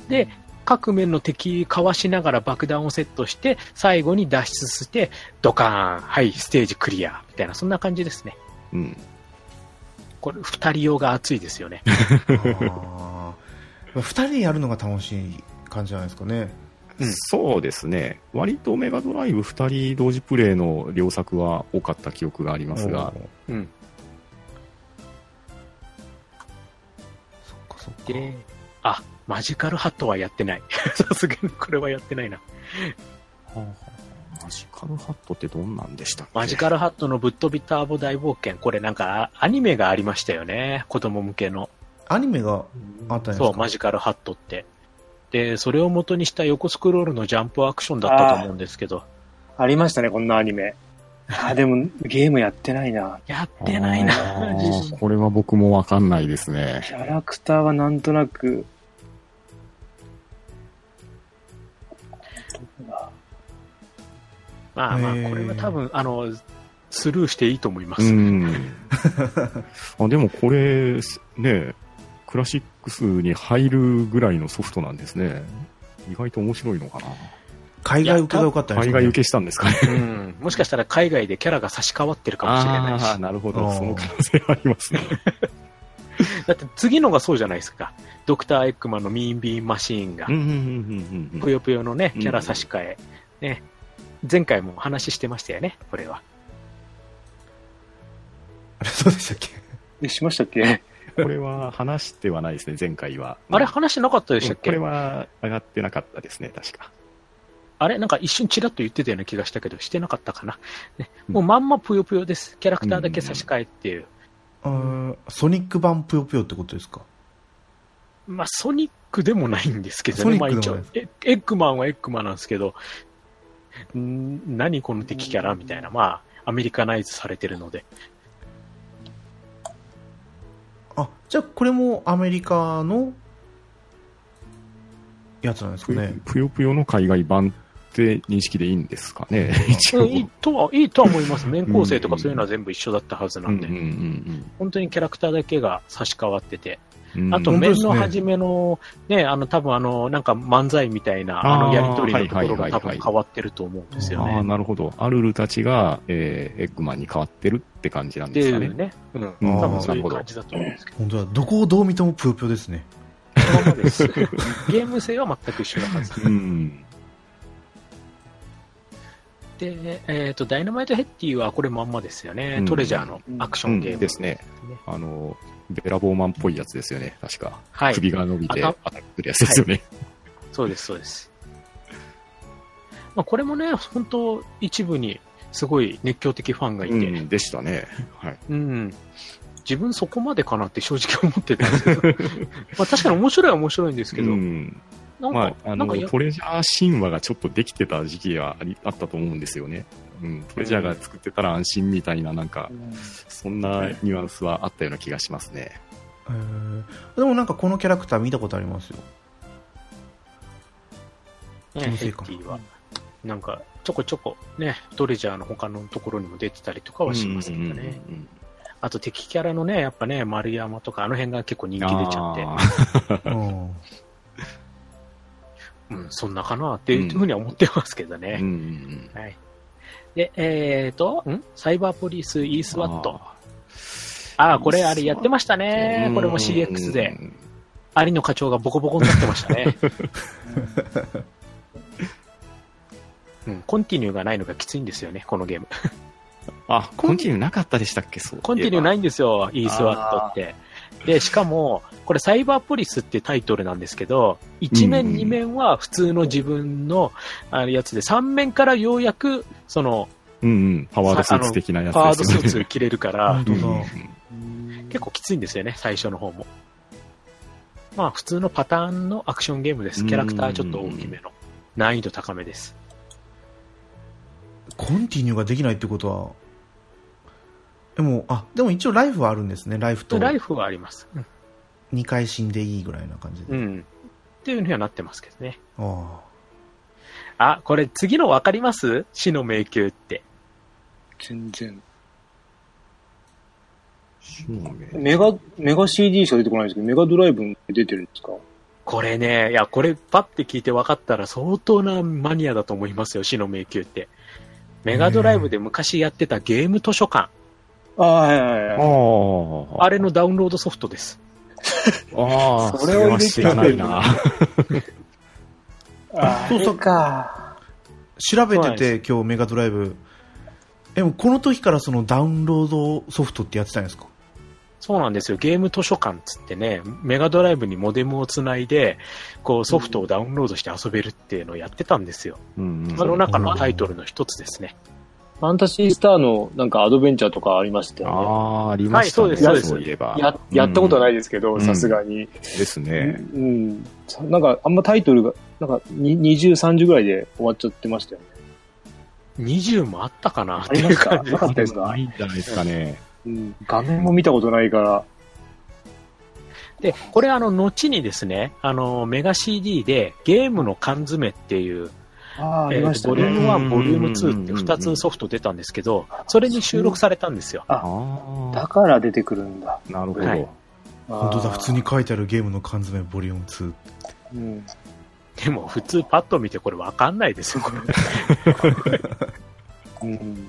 Speaker 4: で、各面の敵かわしながら爆弾をセットして、最後に脱出して、ドカーン、はい、ステージクリア、みたいな、そんな感じですね。
Speaker 3: うん。
Speaker 4: これ、二人用が熱いですよね。
Speaker 1: あー 二人でやるのが楽しい感じじゃないですかね。
Speaker 4: うん
Speaker 3: そうですね。割とメガドライブ2人同時プレイの両作は多かった記憶がありますが
Speaker 1: お、ー
Speaker 4: うん。
Speaker 1: そっかそっか。
Speaker 4: で、あ、マジカルハットはやってない。 さすがにこれはやってないな。
Speaker 3: マジカルハットってどんなんでしたっけ
Speaker 4: マジカルハットのぶっ飛びターボ大冒険。これなんかあアニメがありましたよね。子供向けの。
Speaker 1: アニメがあったんですか
Speaker 4: そう、マジカルハットって。で、それを元にした横スクロールのジャンプアクションだったと思うんですけど、
Speaker 2: ありましたね、こんなアニ メ。あ、でも、ゲームやってないな。
Speaker 4: やってないな。
Speaker 3: あーこれは僕もわかんないですね。
Speaker 2: キャラクターはなんとなく。
Speaker 4: まあまあ
Speaker 1: へー、
Speaker 4: これは多分、あの、スルーしていいと思いま
Speaker 3: う
Speaker 4: す。
Speaker 3: ん。 あでもこれ、ね、クラシックスに入るぐらいのソフトなんですね。意外と面白いのかな。
Speaker 1: 海外受けが良かったんです
Speaker 3: 海
Speaker 1: かね
Speaker 3: 外受けしたんですかね。
Speaker 4: うんもしかしたら海外でキャラが差し替わってるかもしれないし
Speaker 3: あー。なるほど
Speaker 1: あ。ー
Speaker 3: その可能性ありますね。
Speaker 4: だって次のがそうじゃないですか。ドクター・エッグマンのミーン・ビーン・マシーンが
Speaker 3: うん、うんうんうんうん
Speaker 4: ぷよぷよのね、キャラ差し替え。ね。前回もお話ししてましたよね、これは。
Speaker 1: あれ そうでしたっけ
Speaker 2: え、しましたっけ
Speaker 3: これは話してはないですね、前回は。
Speaker 4: あれ
Speaker 3: うん
Speaker 4: 話なかったでしたっ
Speaker 3: これ
Speaker 4: け
Speaker 3: は上がってなかったですね、確か。
Speaker 4: あれなんか一瞬ちらっと言ってたような気がしたけど、してなかったかな。ね
Speaker 3: うん
Speaker 4: もうまんまぷよぷよです。キャラクターだけ差し替えっていう。
Speaker 1: あーソニック版ぷよぷよってことですか
Speaker 4: まあ、ソニックでもないんですけど
Speaker 1: ソ
Speaker 4: ね、
Speaker 1: ニ
Speaker 4: まあ
Speaker 1: ック
Speaker 4: 一
Speaker 1: でも
Speaker 4: 応
Speaker 1: ない、
Speaker 4: エエッグマンはエッグマンなんですけど、ん何この敵キャラみたいな、まあ、アメリカナイズされてるので、
Speaker 1: あじゃあこれもアメリカのやつなんですか
Speaker 3: ぷ
Speaker 1: ね
Speaker 3: ぷよぷよの海外版って認識でいいんですかね、一
Speaker 4: う
Speaker 3: 応。
Speaker 4: んいいとは、いいとは思います。面構成とかそういうのは全部一緒だったはずなんで、
Speaker 3: うんうん
Speaker 4: 本当にキャラクターだけが差し替わってて、
Speaker 3: うんうん
Speaker 4: あと、
Speaker 1: 本当
Speaker 4: 面
Speaker 1: ですね
Speaker 4: の初めの、ね、あの、多分あの、なんか漫才みたいな、あ
Speaker 3: あー
Speaker 4: の、やりとりのところ
Speaker 3: は
Speaker 4: が
Speaker 3: いはいは
Speaker 4: 多
Speaker 3: いは
Speaker 4: 分
Speaker 3: い
Speaker 4: 変わってると思うんですよ
Speaker 3: ああ、
Speaker 4: ね。
Speaker 3: なるほど。アルルたちが、えーエッグマンに変わってるって感じなん
Speaker 4: って
Speaker 3: です
Speaker 4: い
Speaker 3: か
Speaker 4: う
Speaker 3: ね。
Speaker 4: ね、うん、
Speaker 3: うん
Speaker 4: 多分そうい
Speaker 3: なる
Speaker 4: う
Speaker 3: ほど
Speaker 4: 感じだと思うんですけど、
Speaker 1: 本当だどこをどう見てもぷよぷよですね
Speaker 4: そのままです。ゲーム性は全く一緒なはず。
Speaker 3: うん。
Speaker 4: で、えっとダイナマイトヘッティはこれまんまですよね、
Speaker 3: うん
Speaker 4: トレジャーのアクションゲーム、
Speaker 3: うんですね。あの、ベラボーマンっぽいやつですよね、確か。
Speaker 4: はい、
Speaker 3: 首が伸びて、
Speaker 4: あ
Speaker 3: アタックするやつですよね。
Speaker 4: そうです、そうです。まあ、これもね、本当、一部にすごい熱狂的ファンがいて、うん
Speaker 3: うんでしたね。はい。
Speaker 4: 自分そこまでかなって正直思ってた んですけど、まあ確かに面白いは面白いんですけど、
Speaker 3: うん
Speaker 4: なんか、
Speaker 3: まあ、あ
Speaker 4: なんか
Speaker 3: の、
Speaker 4: や
Speaker 3: トレジャー神話がちょっとできてた時期がありあったと思うんですよね。うん、トレジャーが作ってたら安心みたいな、なんか、そんなニュアンスはあったような気がしますね。
Speaker 1: えーでもなんかこのキャラクター見たことありますよ
Speaker 4: ね、
Speaker 1: 気の
Speaker 4: ヘ
Speaker 1: せ
Speaker 4: ッ
Speaker 1: いか
Speaker 4: ティは、なんかちょこちょこ、ね、トレジャーの他のところにも出てたりとかはしますけどね。
Speaker 3: うんうんうん
Speaker 4: あと敵キャラのね、やっぱね、丸山とか、あの辺が結構人気出ちゃって、
Speaker 3: あー
Speaker 1: うん
Speaker 4: うん、そんなかなっていうふうには思ってますけど
Speaker 3: うん
Speaker 4: ね。
Speaker 3: うんうん
Speaker 4: はい。で、えっ、と、んサイバーポリス e スワット。
Speaker 3: あ
Speaker 4: ああー、これあれやってました
Speaker 3: ー
Speaker 4: ね。これも CX で、。
Speaker 3: うん
Speaker 4: 有野課長がボコボコになってまし たね。うん、コンティニューがないのがきついんですよね、このゲーム。
Speaker 3: あ、コンティニューなかったでしたっけそういえば。
Speaker 4: コンティニューないいんですよ、e スワットって。で、しかも、これサイバーポリスってタイトルなんですけど、1
Speaker 3: うん
Speaker 4: 面、
Speaker 3: うん
Speaker 4: 2面は普通の自分のあのやつで、3面からようやく、その、
Speaker 3: うんうん。パワードスーツ的なやつ
Speaker 4: パワードスーツ
Speaker 3: ー
Speaker 4: 着れるか
Speaker 1: あ
Speaker 4: ら、
Speaker 1: 本当だ
Speaker 4: 結構きついんですよね、最初の方も。まあ、普通のパターンのアクションゲームです。キャラクターちょっと大きめの。難易度高めです。
Speaker 1: コンティニューができないってことはでもあでも一応ライフはあるんですねライフと
Speaker 4: ライフはあります。うん
Speaker 1: 2回死んでいいぐらいな感じで、
Speaker 4: うん。っていうふうにはなってますけどね。
Speaker 1: あ
Speaker 4: あ、これ次の分かります死の迷宮って。
Speaker 2: 全然。
Speaker 3: ね。
Speaker 2: メガ、メガ CD しか出てこないんですけど、メガドライブに出てるんですか
Speaker 4: これね、いや、これパッて聞いて分かったら相当なマニアだと思いますよ、死の迷宮って。メガドライブで昔やってたゲーム図書館、
Speaker 2: ああ、はいはいはい。
Speaker 3: ああ。
Speaker 4: あれのダウンロードソフトです。
Speaker 3: ああ、
Speaker 2: そ
Speaker 3: そ
Speaker 2: れ
Speaker 3: れ
Speaker 2: を入れ
Speaker 3: は
Speaker 2: てき
Speaker 3: 知
Speaker 2: てる
Speaker 3: ら
Speaker 2: んだ
Speaker 3: ないな。
Speaker 2: あ
Speaker 1: そうそう
Speaker 2: れか。
Speaker 1: ー調べ
Speaker 4: そう
Speaker 1: て
Speaker 4: なんで
Speaker 1: て今日メガドライブでもこの時からそのダウンロードソフトってやってたんですか
Speaker 4: そうなんですよ、ゲーム図書館っつってね、メガドライブにモデムをつないで、こうソフトをダウンロードして遊べるっていうのをやってたんですよ。
Speaker 3: うんうん
Speaker 4: その中のタイトルの一つですね。
Speaker 2: あファンタシースターのなんかアドベンチャーとかありましたよ
Speaker 3: ああ、ありましたね。
Speaker 4: はいそうです
Speaker 3: いえば。
Speaker 2: ね。。や、やったことはないいですけど、
Speaker 3: ん
Speaker 2: さすがに。
Speaker 3: です
Speaker 2: う
Speaker 3: ね。
Speaker 2: ん。なんか、あんまタイトルが、なんか、に20、30ぐらいで終わっちゃってましたよね。
Speaker 4: 20もあったかなっ
Speaker 2: あ
Speaker 4: て
Speaker 2: りま
Speaker 4: いう
Speaker 2: した
Speaker 4: 感
Speaker 2: な
Speaker 4: じ
Speaker 2: かったです
Speaker 3: な
Speaker 2: か
Speaker 3: いんじゃないですかね。
Speaker 2: うん。画面も見たことないから。
Speaker 4: で、これあの、後にですね、あの、メガ CD でゲームの缶詰っていう、
Speaker 2: ああ、あ
Speaker 4: え
Speaker 2: り
Speaker 4: ー
Speaker 2: ました
Speaker 4: ボリュー
Speaker 2: ね。
Speaker 4: ム1、ボリュー
Speaker 3: うん
Speaker 4: ム
Speaker 3: うん
Speaker 4: 2っ
Speaker 3: うん
Speaker 4: て
Speaker 3: うん
Speaker 4: 2つソフト出たんですけど、それに収録されたんですよ。
Speaker 3: あ
Speaker 2: だ
Speaker 3: あ、
Speaker 2: から出てくるんだ。
Speaker 3: なるほ
Speaker 4: はい
Speaker 3: ど。
Speaker 1: 本
Speaker 2: 本
Speaker 1: 当だ普通に。書いてあるゲームの缶詰ボリューム2
Speaker 2: うん。
Speaker 4: でも、普通パッと見てこれわかんないですよ、これ。
Speaker 2: うん。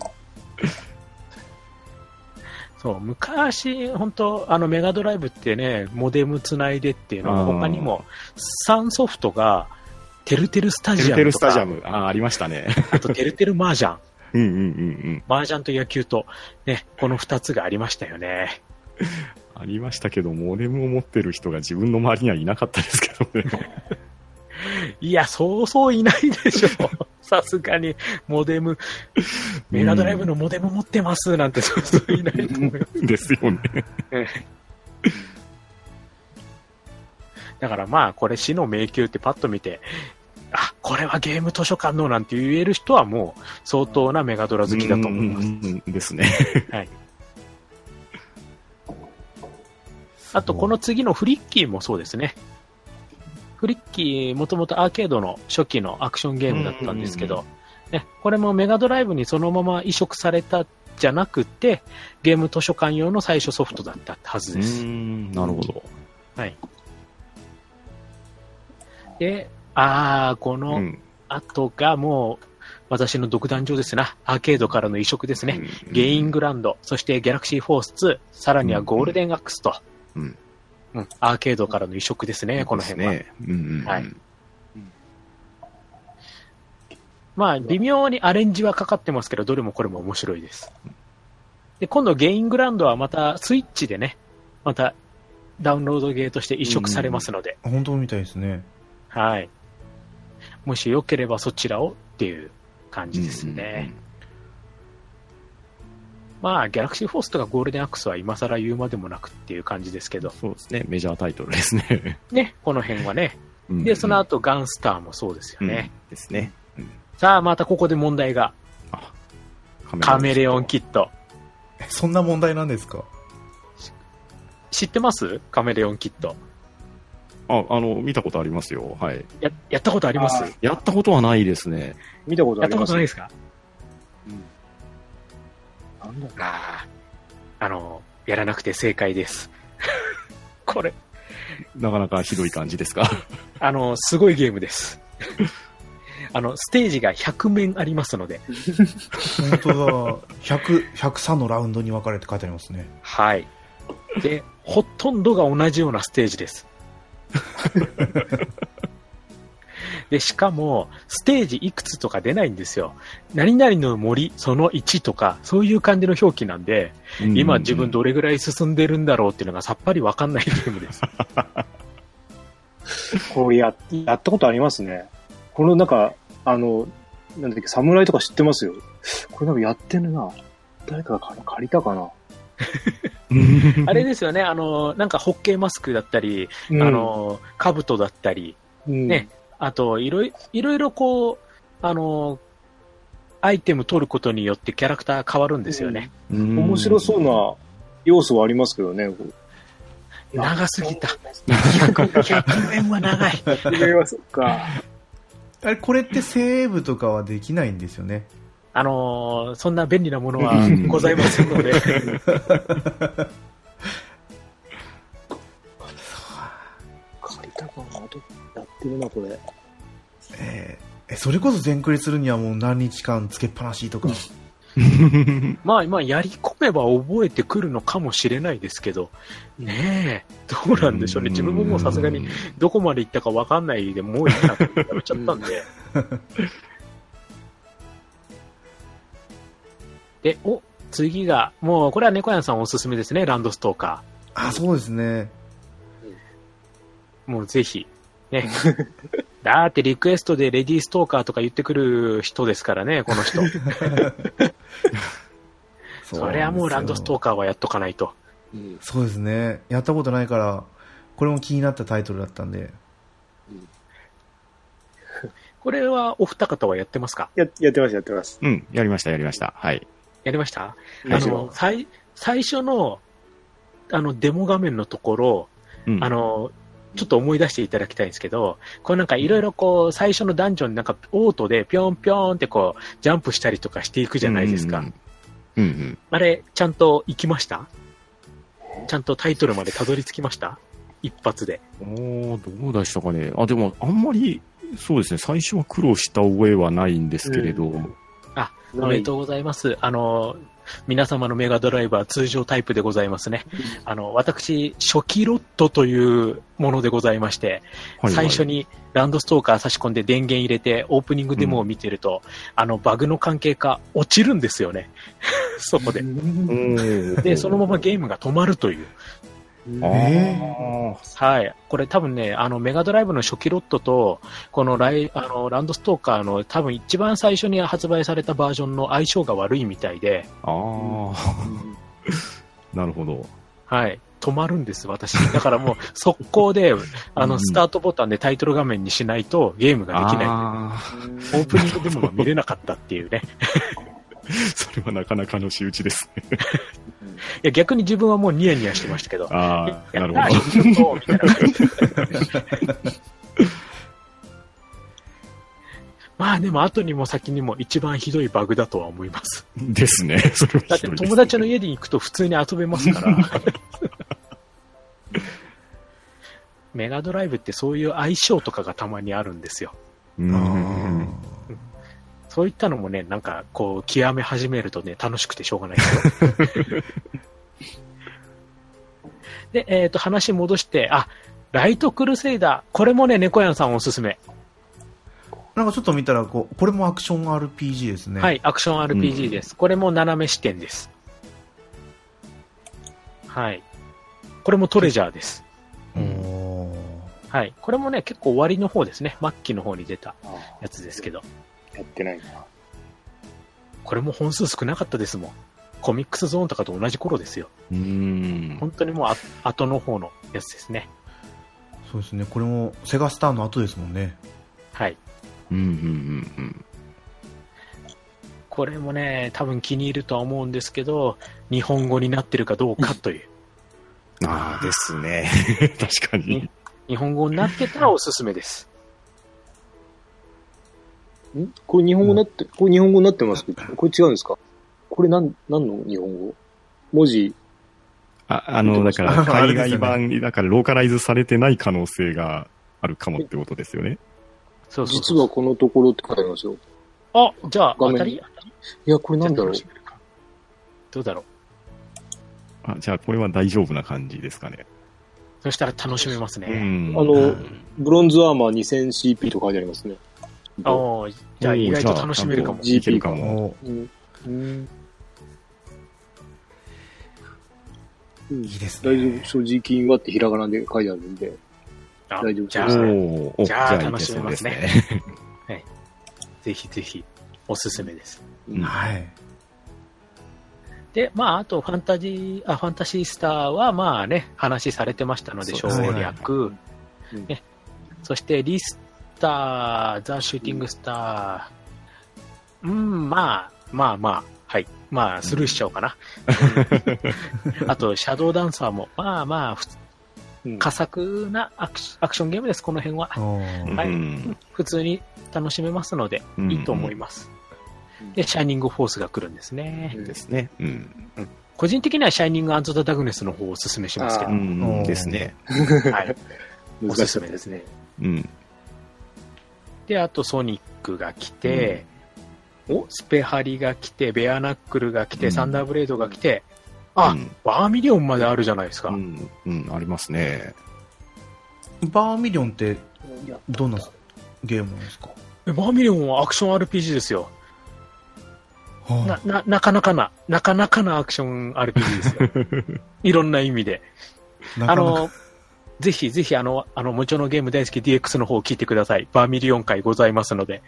Speaker 4: そう、昔、本当あの、メガドライブってね、モデム繋いでっていうのは、
Speaker 3: うん
Speaker 4: 他にも、サンソフトが、てるてるスタ
Speaker 3: て
Speaker 4: ジ
Speaker 3: る
Speaker 4: ア
Speaker 3: て
Speaker 4: ム
Speaker 3: る
Speaker 4: と
Speaker 3: スタジア
Speaker 4: か、
Speaker 3: ム。ああ、ありましたね。
Speaker 4: あとてるてる麻雀、
Speaker 3: うんうんうん
Speaker 4: 麻雀と野球と、ね、この2つがありましたよね。
Speaker 3: うん。ありましたけど、モデムを持ってる人が自分の周りにはいなかったですけどね。
Speaker 4: いや、そうそういないでしょ。 さすがに、モデム、メガドライブのモデム持ってますなんて、そうそういないと思います。
Speaker 3: ですよね。
Speaker 4: だからまあ、これ死の迷宮ってパッと見て、あ、これはゲーム図書館のなんて言える人はもう相当なメガドラ好きだと思います。
Speaker 3: うんうんうんですね。
Speaker 4: はい。あと、この次のフリッキーもそうですね。フリッキー、もともとアーケードの初期のアクションゲームだったんですけ
Speaker 3: うん
Speaker 4: ど、ね、これもメガドライブにそのまま移植されたじゃなくて、ゲーム図書館用の最初ソフトだったはず
Speaker 3: う
Speaker 4: です。
Speaker 3: ん、なるほど。
Speaker 4: はい。で、ああ、こ
Speaker 3: う
Speaker 4: の
Speaker 3: ん。
Speaker 4: 後がもう、私の独壇場ですな。アーケードからの移植ですね。
Speaker 3: うん
Speaker 4: ゲイングランド、そしてギャラクシーフォース2、さらにはゴールデンアックスと、
Speaker 3: うん
Speaker 4: うんアーケードからの移植ですね、この辺は。
Speaker 3: ですね。うんうんうん。
Speaker 4: はいまあ、微妙にアレンジはかかってますけど、どれもこれも面白いです。で、今度ゲイングランドはまたスイッチでね、またダウンロードゲーとして移植されますので、
Speaker 1: 本当みたいですね
Speaker 4: はい。もしよければそちらをっていう感じですね。まあ、ギャラクシーフォースとかゴールデンアックスは今更言うまでもなくっていう感じですけ
Speaker 3: うんうん
Speaker 4: ど、
Speaker 3: そうですね。メジャータイトルですね。
Speaker 4: ね、この辺はね。
Speaker 3: うんうん
Speaker 4: で、その後ガンスターもそうですよね。
Speaker 3: うんですね。
Speaker 4: さあ、またここで問題が。
Speaker 3: あ
Speaker 4: カメレオンキット。
Speaker 1: えそんな問題なんですか
Speaker 4: 知ってますカメレオンキット。
Speaker 3: あ、あの、見たことありますよ。はい。
Speaker 4: や、やったことあります
Speaker 2: あー
Speaker 3: やったことはないですね。
Speaker 2: 見たこと
Speaker 4: や
Speaker 2: あ
Speaker 4: っ
Speaker 2: り
Speaker 4: たこ
Speaker 2: ます
Speaker 4: とない
Speaker 2: ね
Speaker 4: ですか
Speaker 2: なんだろう
Speaker 4: ああ。あの、やらなくて正解です。 これ、
Speaker 3: なかなかひどい感じですか。
Speaker 4: あの、すごいゲームです。 あの、ステージが100面ありますので、
Speaker 1: 本当だ100 103のラウンドに分かれて書いてありますね
Speaker 4: はい。で、ほとんどが同じようなステージです。 で、しかも、ステージいくつとか出ないんですよ。何々の森、その1とか、そういう感じの表記なんで、 今自分
Speaker 3: と
Speaker 4: どれぐらい進んでるんだろうっていうのがさっぱりわかんないゲーム です。
Speaker 2: これや、やったことありますね。このなんか、あの、なんだっけ、侍とか知ってますよ。これなんかやってるな。誰かが借り借りたかな。
Speaker 4: あれですよね、あの、なんかホッケーマスクだったり、
Speaker 2: うん
Speaker 4: あ、の、兜だったり、
Speaker 2: うん
Speaker 4: ね、あと、いろいいろいろこう、あの、アイテム取ることによってキャラクター変わるんですよね。
Speaker 2: 面白そうな要素はありますけどね。
Speaker 4: 長す ぎた。
Speaker 2: 100
Speaker 4: 100円は長い。
Speaker 2: 円はそっか。
Speaker 1: あれこれってセーブとかはできないんですよね
Speaker 4: あのーそんな便利なものは
Speaker 3: うん
Speaker 4: ございませんので、
Speaker 2: 借りたかな。どやってるな、これ。
Speaker 1: えーえそれこそ全クリするにはもう何日間つけっぱなしとか
Speaker 3: うん。
Speaker 4: まあ、まあ、やり込めば覚えてくるのかもしれないですけど、ねえ、どうなんでしょうね。自分ももうさすがにどこまで行ったかわかんないで、もういいなってやめちゃったんで。 で、お、次が、もうこれは猫屋さんおすすめですね、ランドストーカ
Speaker 1: あそうですね
Speaker 4: ー。もうぜひ、ね。だってリクエストでレディーストーカーとか言ってくる人ですからね、この 人。
Speaker 1: そ
Speaker 4: それはもうランドストー
Speaker 1: ー
Speaker 4: カーはやっとかないと。
Speaker 2: うん
Speaker 1: そうですねやったことないからこれも気になったタイトルだったんで
Speaker 4: これはお二方はやってますか
Speaker 2: ややってます、やってます。
Speaker 3: うん、やりました、やりました。はい。
Speaker 4: やりましたあ
Speaker 3: はい
Speaker 4: の、最、最初の、あの、デモ画面のところ、
Speaker 3: うん、
Speaker 4: あの、ちょっと思い出していただきたいんですけど、こうなんかいろいろこう、最初のダンジョンになんかオートでぴょんぴょんってこう、ジャンプしたりとかしていくじゃないですか。
Speaker 3: うんうん、うんうん
Speaker 4: あれ、ちゃんと行きましたちゃんとタイトルまでたどり着きました一発で。
Speaker 3: おーどうでしたかね。あ、でも、あんまり、そうですね、最初は苦労した覚えはないんですけれど、
Speaker 2: うん
Speaker 4: おめでとうございます。あの、皆様のメガドライバー通常タイプでございますね。あの、私、初期ロットというものでございまして、
Speaker 3: はいはい
Speaker 4: 最初、にランドストーカー差し込んで電源入れてオープニングデモを見てると、あの、バグの関係か落ちるんですよね。 そこで。で、そのままゲームが止まるという。
Speaker 3: あー
Speaker 1: え
Speaker 4: はい。これ多分ね、あの、メガドライブの初期ロットと、このライあのランドストーカーの多分一番最初に発売されたバージョンの相性が悪いみたいで、
Speaker 3: あーなるほど。
Speaker 4: はい。止まるんです、私。だから もう、速攻で、あ
Speaker 3: う
Speaker 4: の、
Speaker 3: ん
Speaker 4: スタートボタンでタイトル画面にしないとゲームができな
Speaker 3: あ
Speaker 4: い。オープニングデモが見れなかったっていうね。
Speaker 3: ーそれはなかなかの仕打ちですね。
Speaker 4: いや、逆に自分はもうニヤニヤしてましたけど。
Speaker 3: ああ、な るほ
Speaker 4: や
Speaker 3: ど。
Speaker 4: ったやっとみたいな感じまあでも後にも先にも一番ひどいバグだとは思 います。
Speaker 3: ですね。それは
Speaker 4: だっ
Speaker 3: ひ
Speaker 4: て
Speaker 3: どいですね
Speaker 4: 友達の家に行くと普通に遊べます から。メガドライブってそういう相性とかがたまにあるんですよ。
Speaker 3: う
Speaker 1: ー
Speaker 3: んうんうん
Speaker 4: そういったのもね、なんかこう、極め始めるとね、楽しくてしょうがない ですよで、えっ、と、話戻して、あ、ライトクルセイダー。これもね、猫やんさんおすすめ。
Speaker 1: なんかちょっと見たらこうこれもアクション RPG ですね
Speaker 4: はい、アクション RPG です。これも斜め視点です。はい。これもトレジャーです。
Speaker 1: おー
Speaker 4: はい。これもね、結構終わりの方ですね。末期の方に出たやつですけど。
Speaker 2: やってないな。
Speaker 4: これも本数少なかったですもん。コミックスゾーンとかと同じ頃ですよ。
Speaker 3: うん
Speaker 4: 本当にもうあ後の方のやつですね。
Speaker 1: そうですねこれもセガスターの後ですもんね
Speaker 4: はい。
Speaker 3: うんうんうん
Speaker 4: これもね、多分気に入るとは思うんですけど、日本語になってるかどうかと いう。
Speaker 3: うん。ああ、ですね。 確かに。
Speaker 4: 日本語になってたらおすすめです。
Speaker 2: んこれ日本語になって、これ日本語になってますけど、これ違うんですかこれなん、なんの日本語文字、
Speaker 3: ああの、だから、
Speaker 1: あれ
Speaker 3: 海
Speaker 1: ですよ
Speaker 3: 外
Speaker 1: ね
Speaker 3: 版に、だから、ローカライズされてない可能性があるかもってことですよね。
Speaker 4: そうそう
Speaker 2: 実
Speaker 4: そう
Speaker 2: はこのところって書いてありますよ。
Speaker 4: あ、じゃあ、
Speaker 2: 画
Speaker 4: 当
Speaker 2: 面
Speaker 4: たり
Speaker 2: いや、これなんだろう。
Speaker 4: どうだろう。
Speaker 3: あじゃあ、これは大丈夫な感じですかね。
Speaker 4: そしたら楽しめます
Speaker 3: う
Speaker 4: ね。
Speaker 3: ん。
Speaker 2: あ
Speaker 1: う
Speaker 2: の、
Speaker 1: ん
Speaker 2: ブロンズアーマー 2000CP と書いてありますね。
Speaker 4: あおーじゃあ、意外と楽しめるかも
Speaker 3: お。ーじゃあいけるか
Speaker 1: お
Speaker 3: も。
Speaker 1: ー
Speaker 2: うん。うん
Speaker 1: いいですね
Speaker 2: 大丈夫、所持金はってひらがなで書いてあるんで。
Speaker 4: あ
Speaker 2: 大丈夫
Speaker 4: じ
Speaker 3: お
Speaker 4: ゃあ、
Speaker 3: ーお
Speaker 4: じゃあ
Speaker 3: いけ
Speaker 4: 楽しめ
Speaker 3: そう
Speaker 4: ま
Speaker 3: ですす
Speaker 4: ね
Speaker 3: ね。
Speaker 4: ぜひぜひ、おすすめです。
Speaker 3: うん
Speaker 1: はい
Speaker 4: で、まあ、あと、ファンタジー、あ、ファンタシースターは、まあね、話されてましたので、
Speaker 3: そ
Speaker 4: 省
Speaker 1: うですね
Speaker 4: 略。
Speaker 2: うん
Speaker 4: ね、そして、リスター、ザ・シューティングスター、うん、まあ、まあまあ、はい。まあ、スルーしちゃおうかな。 あと、シャドーダンサーも、まあまあ、ふ
Speaker 2: うん
Speaker 4: 佳作なアクシアクションゲームです、この辺は。
Speaker 1: お
Speaker 3: うん
Speaker 1: ー
Speaker 4: はい普通に楽しめますので、
Speaker 3: うん
Speaker 4: いいと思いま
Speaker 2: う
Speaker 4: す。
Speaker 2: ん
Speaker 4: で、シャイニングフォースが来るんですね。
Speaker 2: うん
Speaker 3: ですね。うん。
Speaker 4: 個人的にはシャイニングアンド・ザ・ダグネスの方をおすすめしますけ
Speaker 3: う
Speaker 4: ど、
Speaker 3: ん。ですね。
Speaker 4: はい、おすすめですね。
Speaker 3: うん。
Speaker 4: で、あとソニックが来て、おスペハリが来て、ベアナックルが来て、
Speaker 3: うん
Speaker 4: サンダーブレードが来て、あ、
Speaker 3: うん
Speaker 4: バーミリオンまであるじゃないですか。
Speaker 3: うん。うんありますね。
Speaker 1: バーミリオンって
Speaker 2: いや
Speaker 1: どんなゲームなんですか
Speaker 4: えバーミリオンはアクション RPG ですよ。な
Speaker 1: は、
Speaker 4: な、なかなかな、なかなかなアクション RPG ですよ。いろんな意味で。
Speaker 1: いな
Speaker 4: あ
Speaker 1: かなか
Speaker 4: の、ぜひぜひあの、あの、無調のゲーム大好き DX の方を聞いてください。バーミリオン会ございますので、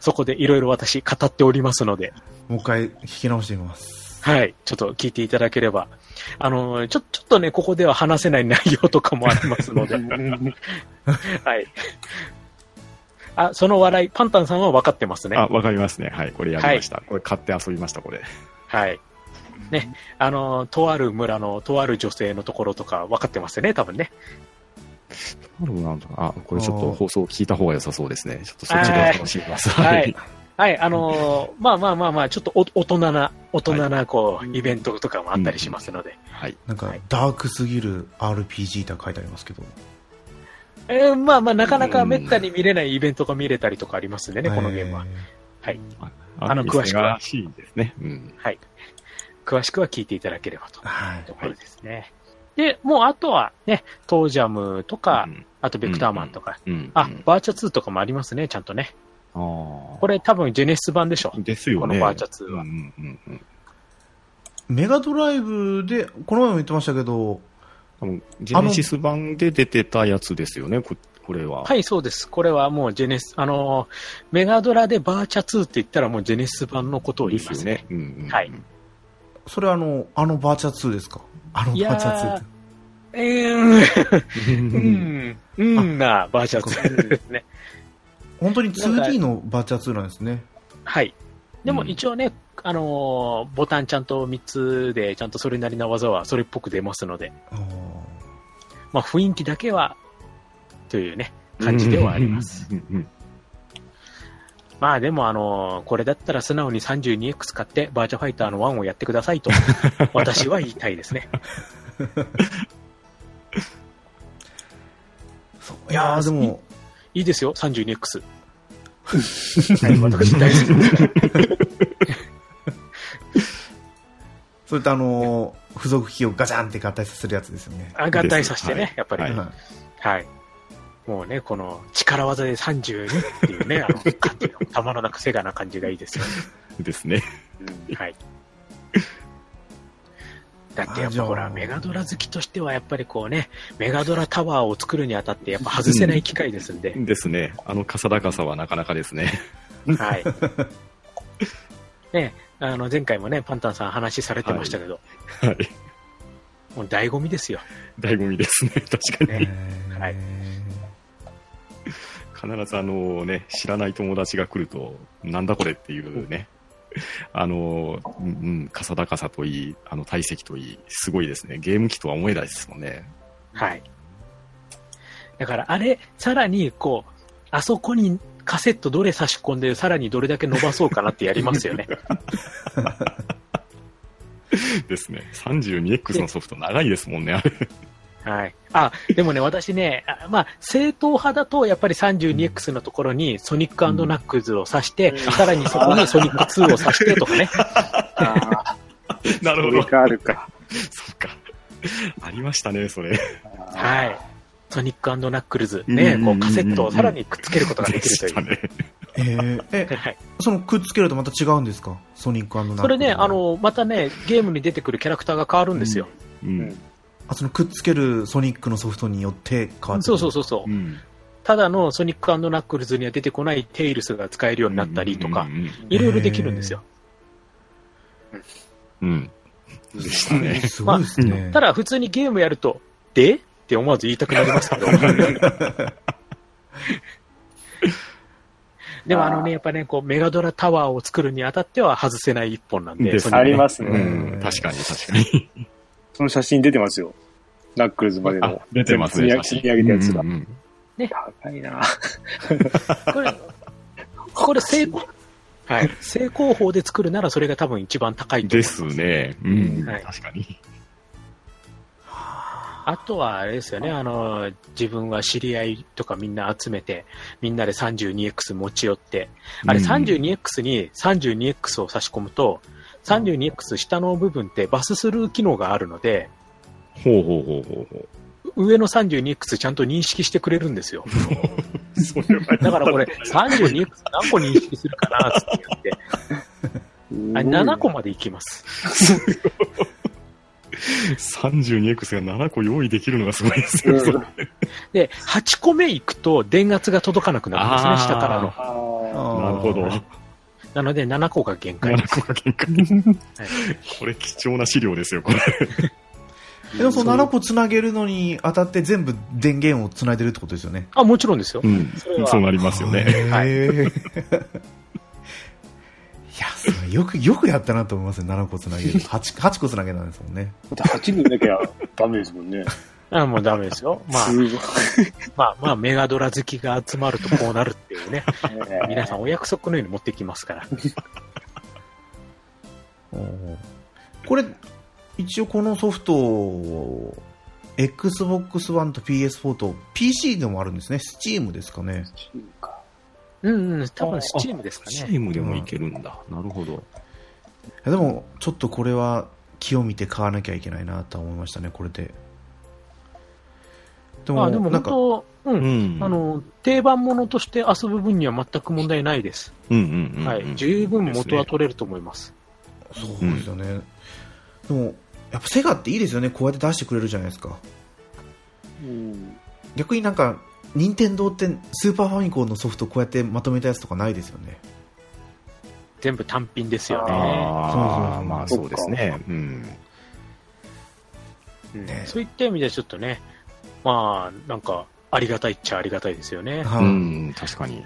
Speaker 4: そこでいろいろ私語っておりますので、
Speaker 1: もう一回聞き直してみます。
Speaker 4: はい、ちょっと聞いていただければ。あの、ちょ、ちょっとね、ここでは話せない内容とかもありますので、はい。あ、その笑い、パンタンさんは分かってますね。
Speaker 3: あ、わかりますね。はい、これやりました。これ買って遊びました、これ。
Speaker 4: はい。ね、あの、とある村のとある女性のところとか分かってますね、多分ね。
Speaker 3: なるほどなんだあ、これちょっ
Speaker 1: あ
Speaker 3: と
Speaker 1: ー
Speaker 3: 放送聞いた方が良さそうですね。ちょっとそっちで楽しみます。
Speaker 4: はい
Speaker 3: はい。
Speaker 4: はい、あのーまあまあまあまあ、ちょっとお大人な、大人な、こう、
Speaker 2: はい
Speaker 4: イベントとかもあったりしますので。
Speaker 3: はい。
Speaker 1: なんか
Speaker 4: はい、
Speaker 1: ダークすぎる RPG とは書いてありますけど。
Speaker 4: えーまあまあ、なかなかめったに見れないイベントが見れたりとかありますんでね、このゲームは。はい。あの詳しくは
Speaker 3: らしいですね。うん。
Speaker 4: はい。詳しくは聞いていただければと。
Speaker 1: はい
Speaker 4: と。ころですね。で、もうあとはね、トージャムとか、あとベクターマンとか、
Speaker 3: うん。うん。
Speaker 4: あ、バーチャ2とかもありますね、ちゃんとね。
Speaker 3: あー
Speaker 4: これ多分ジェネシス版でしょ。
Speaker 3: ですよね。
Speaker 4: このバーチャ2は
Speaker 3: うんうんうんうん。
Speaker 1: メガドライブで、この前も言ってましたけど、
Speaker 3: 多分、ジェネシス版で出てたやつですよね、ここれは。
Speaker 4: はい、そうです。これはもうジェネス、あのー、メガドラでバーチャ2って言ったらもうジェネシス版のことを言
Speaker 3: で
Speaker 4: い
Speaker 3: す
Speaker 4: ま
Speaker 3: よ
Speaker 4: す
Speaker 3: ね
Speaker 4: ね。。
Speaker 3: うんうんうん
Speaker 4: はい。
Speaker 1: それあの、あのバーチャ2ですかあのバ
Speaker 4: いやー
Speaker 1: ーチャ2って。
Speaker 4: えー、
Speaker 3: うん
Speaker 4: う
Speaker 3: うん
Speaker 4: ん、うんな、バーチャ2ですね。
Speaker 1: 本当に
Speaker 4: なんか
Speaker 1: 2D のバーチャ2なんですね。
Speaker 4: はい。でも一応ね、あのーボタンちゃんと3つで、ちゃんとそれなりの技はそれっぽく出ますので、
Speaker 1: あ
Speaker 4: まあ雰囲気だけは、というね、感じではあります。。
Speaker 3: うんうん
Speaker 4: まあでも、あのこれだったら素直に 32X 買って、バーチャファイターの1をやってください と、私は言いたいですね。
Speaker 1: ーそういやーでも、
Speaker 4: いいですよ、32X。はい、私大好きですから。
Speaker 1: それとあのー、付属機をガチャンって合体させるやつですよね。
Speaker 4: あ合体させてね、
Speaker 3: はい
Speaker 4: やっぱり、
Speaker 3: は
Speaker 4: はいい。
Speaker 1: はい
Speaker 4: もうね、この力技で32っていうね、あの、感じの、玉の中、セガな感じがいいですよね。
Speaker 3: ですね。
Speaker 4: はい。だってやっぱほら、メガドラ好きとしてはやっぱりこうね、メガドラタワーを作るにあたって やっぱ外せない機会ですんで、
Speaker 3: ですね。あの、かさだかさはなかなかですね。
Speaker 4: はい。ね、あの前回もね、パンタンさん話されてましたけど、
Speaker 3: はい。
Speaker 4: もう醍醐味ですよ。
Speaker 3: 醍醐味ですね。 確かに。
Speaker 1: えー
Speaker 4: はい
Speaker 3: 必ずあのね、知らない友達が来ると、なんだこれっていうね、あの、うんうん、かさだかさといい、あの体積といい、すごいですね。ゲーム機とは思えないですもんね。
Speaker 4: はい。だからあれ、さらにこう、あそこにカセットどれ差し込んで、さらにどれだけ伸ばそうかなってやりますよね。
Speaker 3: ですね。32X のソフト長いですもんね、あれ。
Speaker 4: はい。あ、でもね、私ね、あまあ、正統派だと、やっぱり 32X のところにソニックナックルズを挿して、
Speaker 2: うん
Speaker 4: さらにそこにソニック2を挿してと かね。
Speaker 2: あ
Speaker 3: な
Speaker 2: あ、
Speaker 3: る
Speaker 2: そ
Speaker 3: ほ
Speaker 2: れ
Speaker 3: ど。
Speaker 2: があるか。。
Speaker 3: そっか。ありましたね、それ。
Speaker 4: はいい。ソニックナックルズ。
Speaker 3: う
Speaker 4: ね、
Speaker 3: ん
Speaker 4: こうカセットをさらにくっつけることがで
Speaker 3: で
Speaker 4: きると
Speaker 3: し
Speaker 4: い
Speaker 3: た
Speaker 4: う。
Speaker 3: ね。
Speaker 1: えーえ、
Speaker 4: はい、
Speaker 1: そのくっつけるとまた違うんですかソニックナック
Speaker 4: それね、あ、の、またね、ゲームに出てくるキャラクターが変わるんですよ。
Speaker 3: うん。
Speaker 1: あそのくっつけるソニックのソフトによって変わって
Speaker 4: そうそう
Speaker 1: う。
Speaker 4: そうそうう。
Speaker 3: ん。
Speaker 4: ただのソニックナックルズには出てこないテイルスが使えるようになったりとか
Speaker 3: う、ん
Speaker 4: いろいろできるんですよ。
Speaker 3: うん。うん。でしたね。
Speaker 1: すごいですね。
Speaker 4: ただ、普通にゲームやると、でって思わず言いたくなります けど。でもあのね、やっぱね、こう、メガドラタワーを作るにあたっては外せない一本なんで、
Speaker 3: です
Speaker 4: そ
Speaker 3: ね
Speaker 4: の
Speaker 2: ありますね。
Speaker 3: うん。確かに、確かに。
Speaker 2: その写真出てますよ。ナックルズまでの。
Speaker 3: 出てます
Speaker 2: 積
Speaker 3: ね。
Speaker 2: み上積み上げたやつが
Speaker 3: うんうんうん
Speaker 2: 高いな
Speaker 4: これ、これ成功、はい、成功法で作るならそれが多分一番高いと思い
Speaker 3: で
Speaker 4: ます
Speaker 3: ね。うん。
Speaker 4: はい
Speaker 3: 確かに。
Speaker 4: あとはあれですよね、あの、自分は知り合いとかみんな集めて、みんなで 32X 持ち寄って、あれ
Speaker 3: うん
Speaker 4: 32X に 32X を差し込むと、32X 下の部分ってバススルー機能があるので、
Speaker 3: ほうほうほうほうほ
Speaker 4: 上の 32X ちゃんと認識してくれるんですよ。
Speaker 3: う。それは
Speaker 4: だからこ れ 32X 何個認識するかなつって言って、あれ7個までいきます。
Speaker 3: 32X が7個用意できるのがすごいですよ。それ
Speaker 2: うん
Speaker 4: で、8個目行くと電圧が届かなくなるんです
Speaker 3: あ
Speaker 4: ね、
Speaker 3: ー
Speaker 4: 下からの。
Speaker 2: あ
Speaker 1: あー
Speaker 3: なるほど。7
Speaker 4: なので7個が限
Speaker 3: 個
Speaker 4: 界です。
Speaker 3: が限界。これ貴重な資料ですよ、これ。
Speaker 1: えでもその7個つなげるのに当たって全部電源をつないでるってことですよね。
Speaker 4: あ、もちろんですよ
Speaker 3: う。ん
Speaker 4: それは
Speaker 3: そうなりますよね。
Speaker 4: はい
Speaker 1: へー いや、それよく、よくやったなと思いますね。7個つなげ る。8, 8個つなげたんですもんね。
Speaker 2: だって8分なきゃダメですもんね。
Speaker 4: あもうダメですよ。ま あ、
Speaker 2: すごい
Speaker 4: まあ、まあ、メガドラ好きが集まるとこうなるっていうね。
Speaker 2: ね
Speaker 4: 皆さんお約束のように持ってきますから。
Speaker 1: これ、一応このソフトを、Xbox One と PS4 と PC でもあるんですね。Steam ですかね。
Speaker 4: うんうん、多分スチームですか
Speaker 3: チ
Speaker 4: ね。
Speaker 3: ームでもいけるんだ。なるほど。
Speaker 1: いやでも、ちょっとこれは気を見て買わなきゃいけないなとは思いましたね、これで。で
Speaker 4: まあ、でも
Speaker 1: な
Speaker 4: 本
Speaker 1: んか、
Speaker 4: 当、う。
Speaker 3: うんん。
Speaker 4: あ、の、定番ものとして遊ぶ分には全く問題ないです。
Speaker 3: うんうんうんうん。
Speaker 4: はい。十分元は
Speaker 3: と
Speaker 4: 取れると思います。
Speaker 1: そうですよね。でも、やっぱセガっていいですよね、こうやって出してくれるじゃないですか。
Speaker 2: うん
Speaker 1: 逆になんか、任天堂ってスーパーファミコンのソフトこうやってまとめたやつとかないですよね。
Speaker 4: 全部単品ですよね。
Speaker 3: あ
Speaker 1: そうそうそ
Speaker 3: あ、
Speaker 1: う
Speaker 3: まあそうですね。うん。
Speaker 4: うん
Speaker 1: ね
Speaker 4: そういった意味ではちょっとね、まあ、なんか、ありがたいっちゃありがたいですよね。
Speaker 1: は
Speaker 3: う
Speaker 1: い、
Speaker 3: ん、確かに。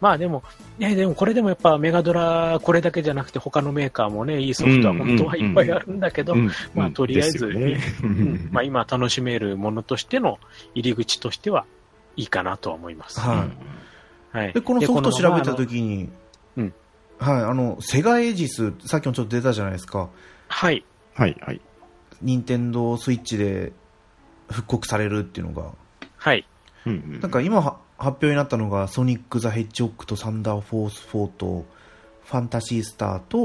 Speaker 4: まあでも、ね、でもこれでもやっぱメガドラ、これだけじゃなくて他のメーカーもね、いいソフトは本当はいっぱいあるんだけど、
Speaker 3: うん
Speaker 4: まあとりあえず
Speaker 3: うんですよね
Speaker 4: うんまあ、今楽しめるものとしての入り口としてはいいかなとは思います。
Speaker 1: はい
Speaker 4: はい
Speaker 1: でこのソフト調べた
Speaker 4: とき
Speaker 1: 時に、
Speaker 4: このま
Speaker 1: はい、あの、セガエイジス、さっきもちょっと出たじゃないですか。
Speaker 4: はい。
Speaker 3: はい、はい。
Speaker 1: 任天堂スイッチで復刻されるっていうのが。
Speaker 4: はい。
Speaker 3: うんうん
Speaker 1: なんか今は発表になったのが、ソニック・ザ・ヘッジホックとサンダー・フォース4と、ファンタシー・スターと、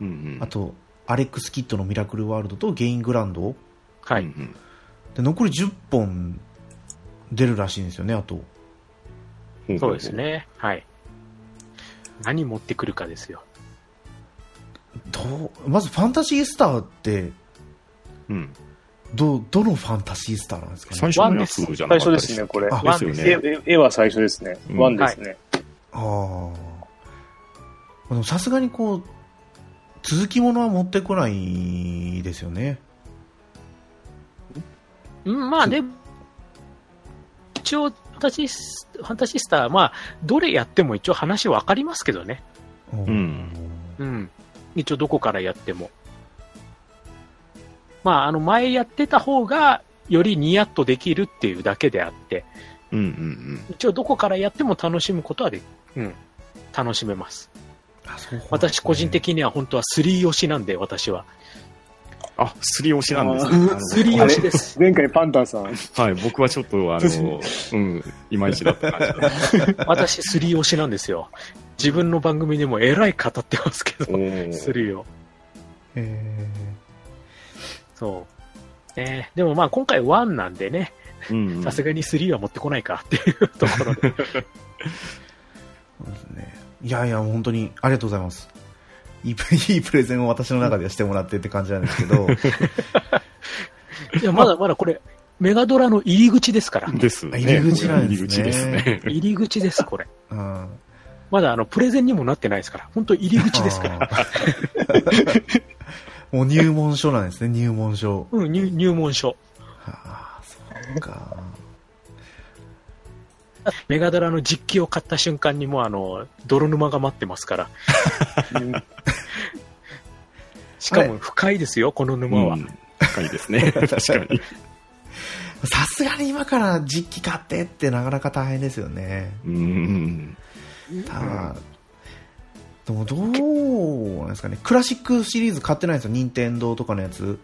Speaker 3: うんうん
Speaker 1: あと、アレックス・キッドのミラクル・ワールドと、ゲイン・グランド。
Speaker 4: は
Speaker 3: う
Speaker 4: い。
Speaker 3: ん
Speaker 1: で、残り10本出るらしいんですよね、あと。
Speaker 3: うん
Speaker 4: そうです。ね。はい。何持ってくるかですよ。
Speaker 1: どうまず、ファンタシー・スターって、
Speaker 3: うん。
Speaker 1: ど、どのファンタシー・スターなんですか
Speaker 3: 最
Speaker 1: ね。
Speaker 3: 初のやつじゃなか
Speaker 2: 最初
Speaker 3: ったで
Speaker 2: ですすね、これ。
Speaker 1: あ
Speaker 3: ですよ
Speaker 4: ワン
Speaker 3: ね。
Speaker 2: 絵絵は最初ですね。
Speaker 3: うん
Speaker 2: ワンですね。
Speaker 1: あーでもさすがにこう、続きものは持ってこないですよね。
Speaker 4: うん、まあで、一応、ファンタジース、ファンタジースター、まあ、どれやっても一応話わかりますけどね。
Speaker 1: うん
Speaker 3: ん
Speaker 4: うん。一応どこからやっても。まあ、あの、前やってた方が、よりニヤッとできるっていうだけであって、
Speaker 3: うんうんうん。
Speaker 4: 一応どこからやっても楽しむことはで、うん、楽しめます。
Speaker 1: あそうなんですね
Speaker 4: 私個人的には本当は3推しなんで、私は。
Speaker 3: あ、すり押しなんです
Speaker 2: あー
Speaker 3: ねなるほど。
Speaker 4: 3推しです。
Speaker 2: 前回パンタンさん。
Speaker 3: はい、僕はちょっと、あの、うん、いまいちだった感じだ。
Speaker 4: 私3推しなんですよ。自分の番組でもえらい語って ますけ
Speaker 3: お
Speaker 4: ど、
Speaker 3: ー
Speaker 4: 3を。
Speaker 1: え
Speaker 4: そう。ね、でもまあ今回1なんでね、
Speaker 3: うんうん
Speaker 4: さすがに3は持ってこないかっていうところで。
Speaker 1: ーそうですね。いやいや、本当にありがとうございます。い いプいいプレゼンを私の中ではしてもらってって感じなんですけ ど、
Speaker 4: いや、まだまだこれ、メガドラの入り口ですから。
Speaker 3: ですね。
Speaker 1: 入り口なんですね
Speaker 3: 入り口ですね。
Speaker 4: 入り口です、これ。
Speaker 1: うん
Speaker 4: まだあの、プレゼンにもなってないですから。本当入り口ですから。
Speaker 1: あー もう入門書なんですね、入門書。
Speaker 4: うん、入入門書。
Speaker 1: ああ、そうか。
Speaker 4: メガドラの実機を買った瞬間にもうあの、泥沼が待ってますから。しかも深いですよ、この沼は。
Speaker 3: うん高いですね。 確かに。
Speaker 1: さすがに今から実機買ってってなかなか大変ですよね。
Speaker 3: うんうん
Speaker 1: ただ、でもどうなんですかね、クラシックシリーズ買ってないんですよ、任天堂とかのやつ。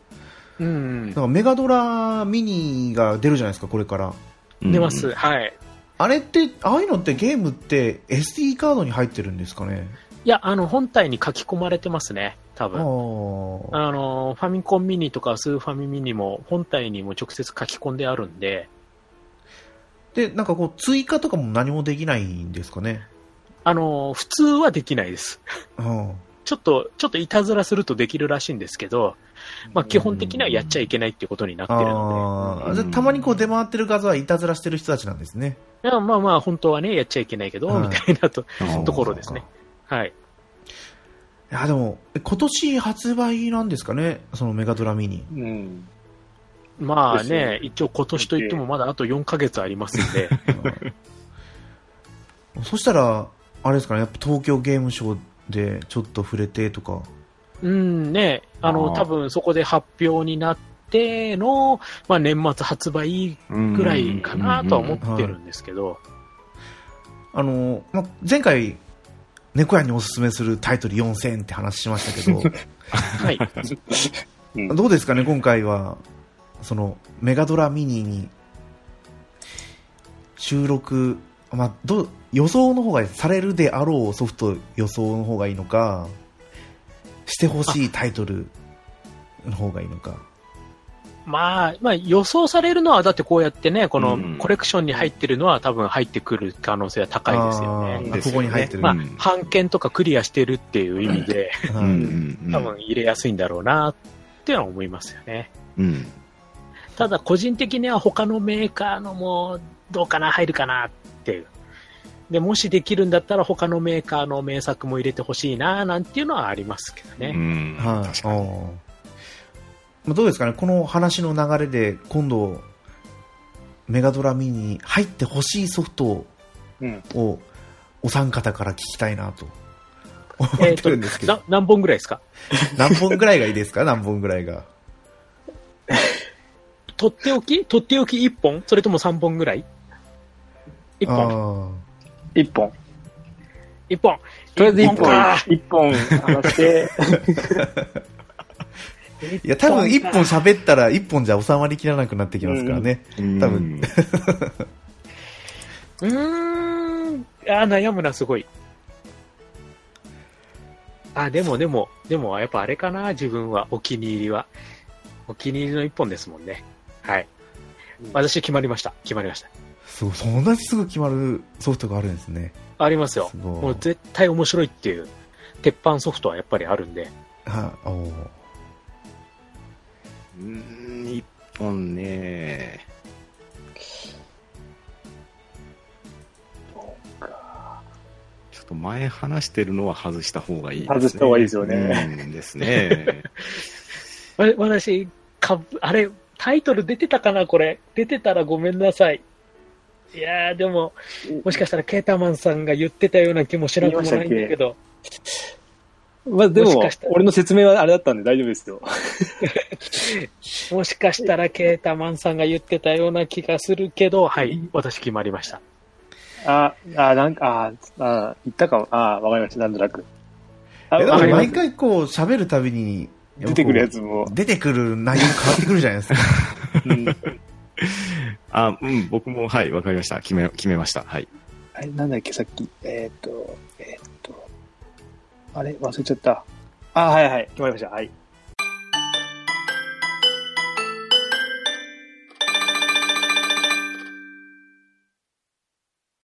Speaker 4: うん
Speaker 1: だか。らメガドラミニが出るじゃないですか、これから。
Speaker 3: うん。
Speaker 4: 出ます、はい。
Speaker 1: あれって、ああいうのってゲームって SD カードに入ってるんですかね。
Speaker 4: いや、あの、本体に書き込まれてますね、多分。
Speaker 1: ああ。
Speaker 4: あの、ファミコンミニとかスーファミミニも本体にも直接書き込んであるんで、
Speaker 1: で、なんかこう、追加とかも何もできないんですかね。
Speaker 4: あの、普通はできないです。
Speaker 1: うん。
Speaker 4: ちょっと、ちょっといたずらするとできるらしいんですけど、まあ基本的にはやっちゃいけないっていうことになってるの
Speaker 1: あ
Speaker 3: う
Speaker 1: あ
Speaker 3: ん
Speaker 1: じゃあたまにこう出回ってる画像はいたずらしてる人たちなんですね
Speaker 4: で、いやまあまあ本当はね、やっちゃいけないけど、
Speaker 1: はい
Speaker 4: みたいなと
Speaker 3: あー
Speaker 4: ところですね。はい。
Speaker 1: いやでもえ今年発売なんですかねそのメガドラミニ
Speaker 2: うん。
Speaker 4: まあ
Speaker 2: です
Speaker 4: ね
Speaker 2: ね、
Speaker 4: 一応今年といってもまだあと4ヶ月あります んで、
Speaker 1: はい そしたらあれですかねやっぱ東京ゲームショウでちょっと触れてとか
Speaker 4: うんね、あ
Speaker 3: あ
Speaker 4: の、
Speaker 3: ー
Speaker 4: 多分そこで発表になっての、まあ年末発売ぐらいかなとは思ってるんですけど、
Speaker 1: あの、ま、前回猫屋におすすめするタイトル4000って話しましたけ
Speaker 4: はい。
Speaker 1: どどうですかね今回はそのメガドラミニに収録、まあ、どう予想の方がされるであろうソフト予想の方がいいのかしてほしいタイトルの方がいいのか
Speaker 4: まあ、まあ予想されるのは、だってこうやってね、こ
Speaker 3: うん
Speaker 4: のコレクションに入ってるのは多分入ってくる可能性は高いですよ
Speaker 1: あー
Speaker 4: ね。
Speaker 3: です
Speaker 1: こ
Speaker 3: よね
Speaker 1: こに入ってる、
Speaker 4: まあ
Speaker 3: うん、
Speaker 4: 版権とかクリアしてるっていう意味で、
Speaker 1: は
Speaker 3: う
Speaker 1: い
Speaker 3: んうんうん
Speaker 4: 多分入れやすいんだろうなっては思いますよね。
Speaker 3: うん
Speaker 4: ただ個人的には他のメーカーのもどうかな、入るかなっていう。で、もしできるんだったら他のメーカーの名作も入れてほしいななんていうのはありますけど
Speaker 3: う
Speaker 4: ね。
Speaker 3: ん
Speaker 1: はい、
Speaker 3: 確かに
Speaker 1: あーまあ、どうですかね、この話の流れで、今度、メガドラミニに入ってほしいソフト
Speaker 2: うん。
Speaker 1: をお三方から聞きたいなと思
Speaker 4: え
Speaker 1: っ
Speaker 4: ってと
Speaker 1: るんですけど、
Speaker 4: な何本ぐらいですか
Speaker 1: 何本ぐらいがいいですか、何本ぐらいが。
Speaker 4: とっておきとっておき1本それとも3本ぐらい ?1
Speaker 1: あ
Speaker 4: 本。
Speaker 1: ー
Speaker 2: 一本。
Speaker 4: 一本。
Speaker 2: とりあえず一本
Speaker 4: か、
Speaker 2: 一本話して、
Speaker 1: いや、多分1本喋ったら、1本じゃ収まりきらなくなってきますからね。
Speaker 3: うん
Speaker 1: 多分
Speaker 4: うーん。あー、悩むな、すごい。あ、でも、でも、でも、やっぱあれかな、自分は、お気に入りは。お気に入りの一本ですもんね。はい。私、決まりました。決まりました。
Speaker 1: そうそんなにすぐ決まるソフトがあるんですね。
Speaker 4: ありますよ
Speaker 1: す。ごい
Speaker 4: もう絶対面白いっていう、鉄板ソフトはやっぱりあるんで。
Speaker 1: はいおー
Speaker 3: うん一本ねちょっと前話してるのは外した方がいいですね、
Speaker 2: 外した方がいいですよね
Speaker 3: うんですね。
Speaker 4: わ私、かぶ、あれ、タイトル出てたかな、これ。出てたらごめんなさい。いやー、でも、もしかしたらケータマンさんが言ってたような気もしなくもないんだけど。
Speaker 2: まあで
Speaker 4: もし
Speaker 2: も
Speaker 4: かしたら、
Speaker 2: 俺の説明はあれだったんで大丈夫ですよ。
Speaker 4: もしかしたら、ケータマンさんが言ってたような気がするけど、はい、私決まりました。
Speaker 2: あ、あ、なんか、あ、あ、言ったかも。あ、わかりました、なんとなく。あ、
Speaker 1: えだ
Speaker 2: わ
Speaker 1: か
Speaker 2: からりま
Speaker 1: 毎
Speaker 2: す。
Speaker 1: 回こう喋るたびに、
Speaker 2: 出てくるやつも。
Speaker 1: 出てくる内容変わってくるじゃないですか。
Speaker 2: うん。
Speaker 3: あ、うん、僕も、はい、わかりました。決め、決めました。はい。
Speaker 2: あれ、なんだっけ、さっき。えーっと、えーっと。あれ、忘れちゃった。あ、はいはい。決まりました。はい。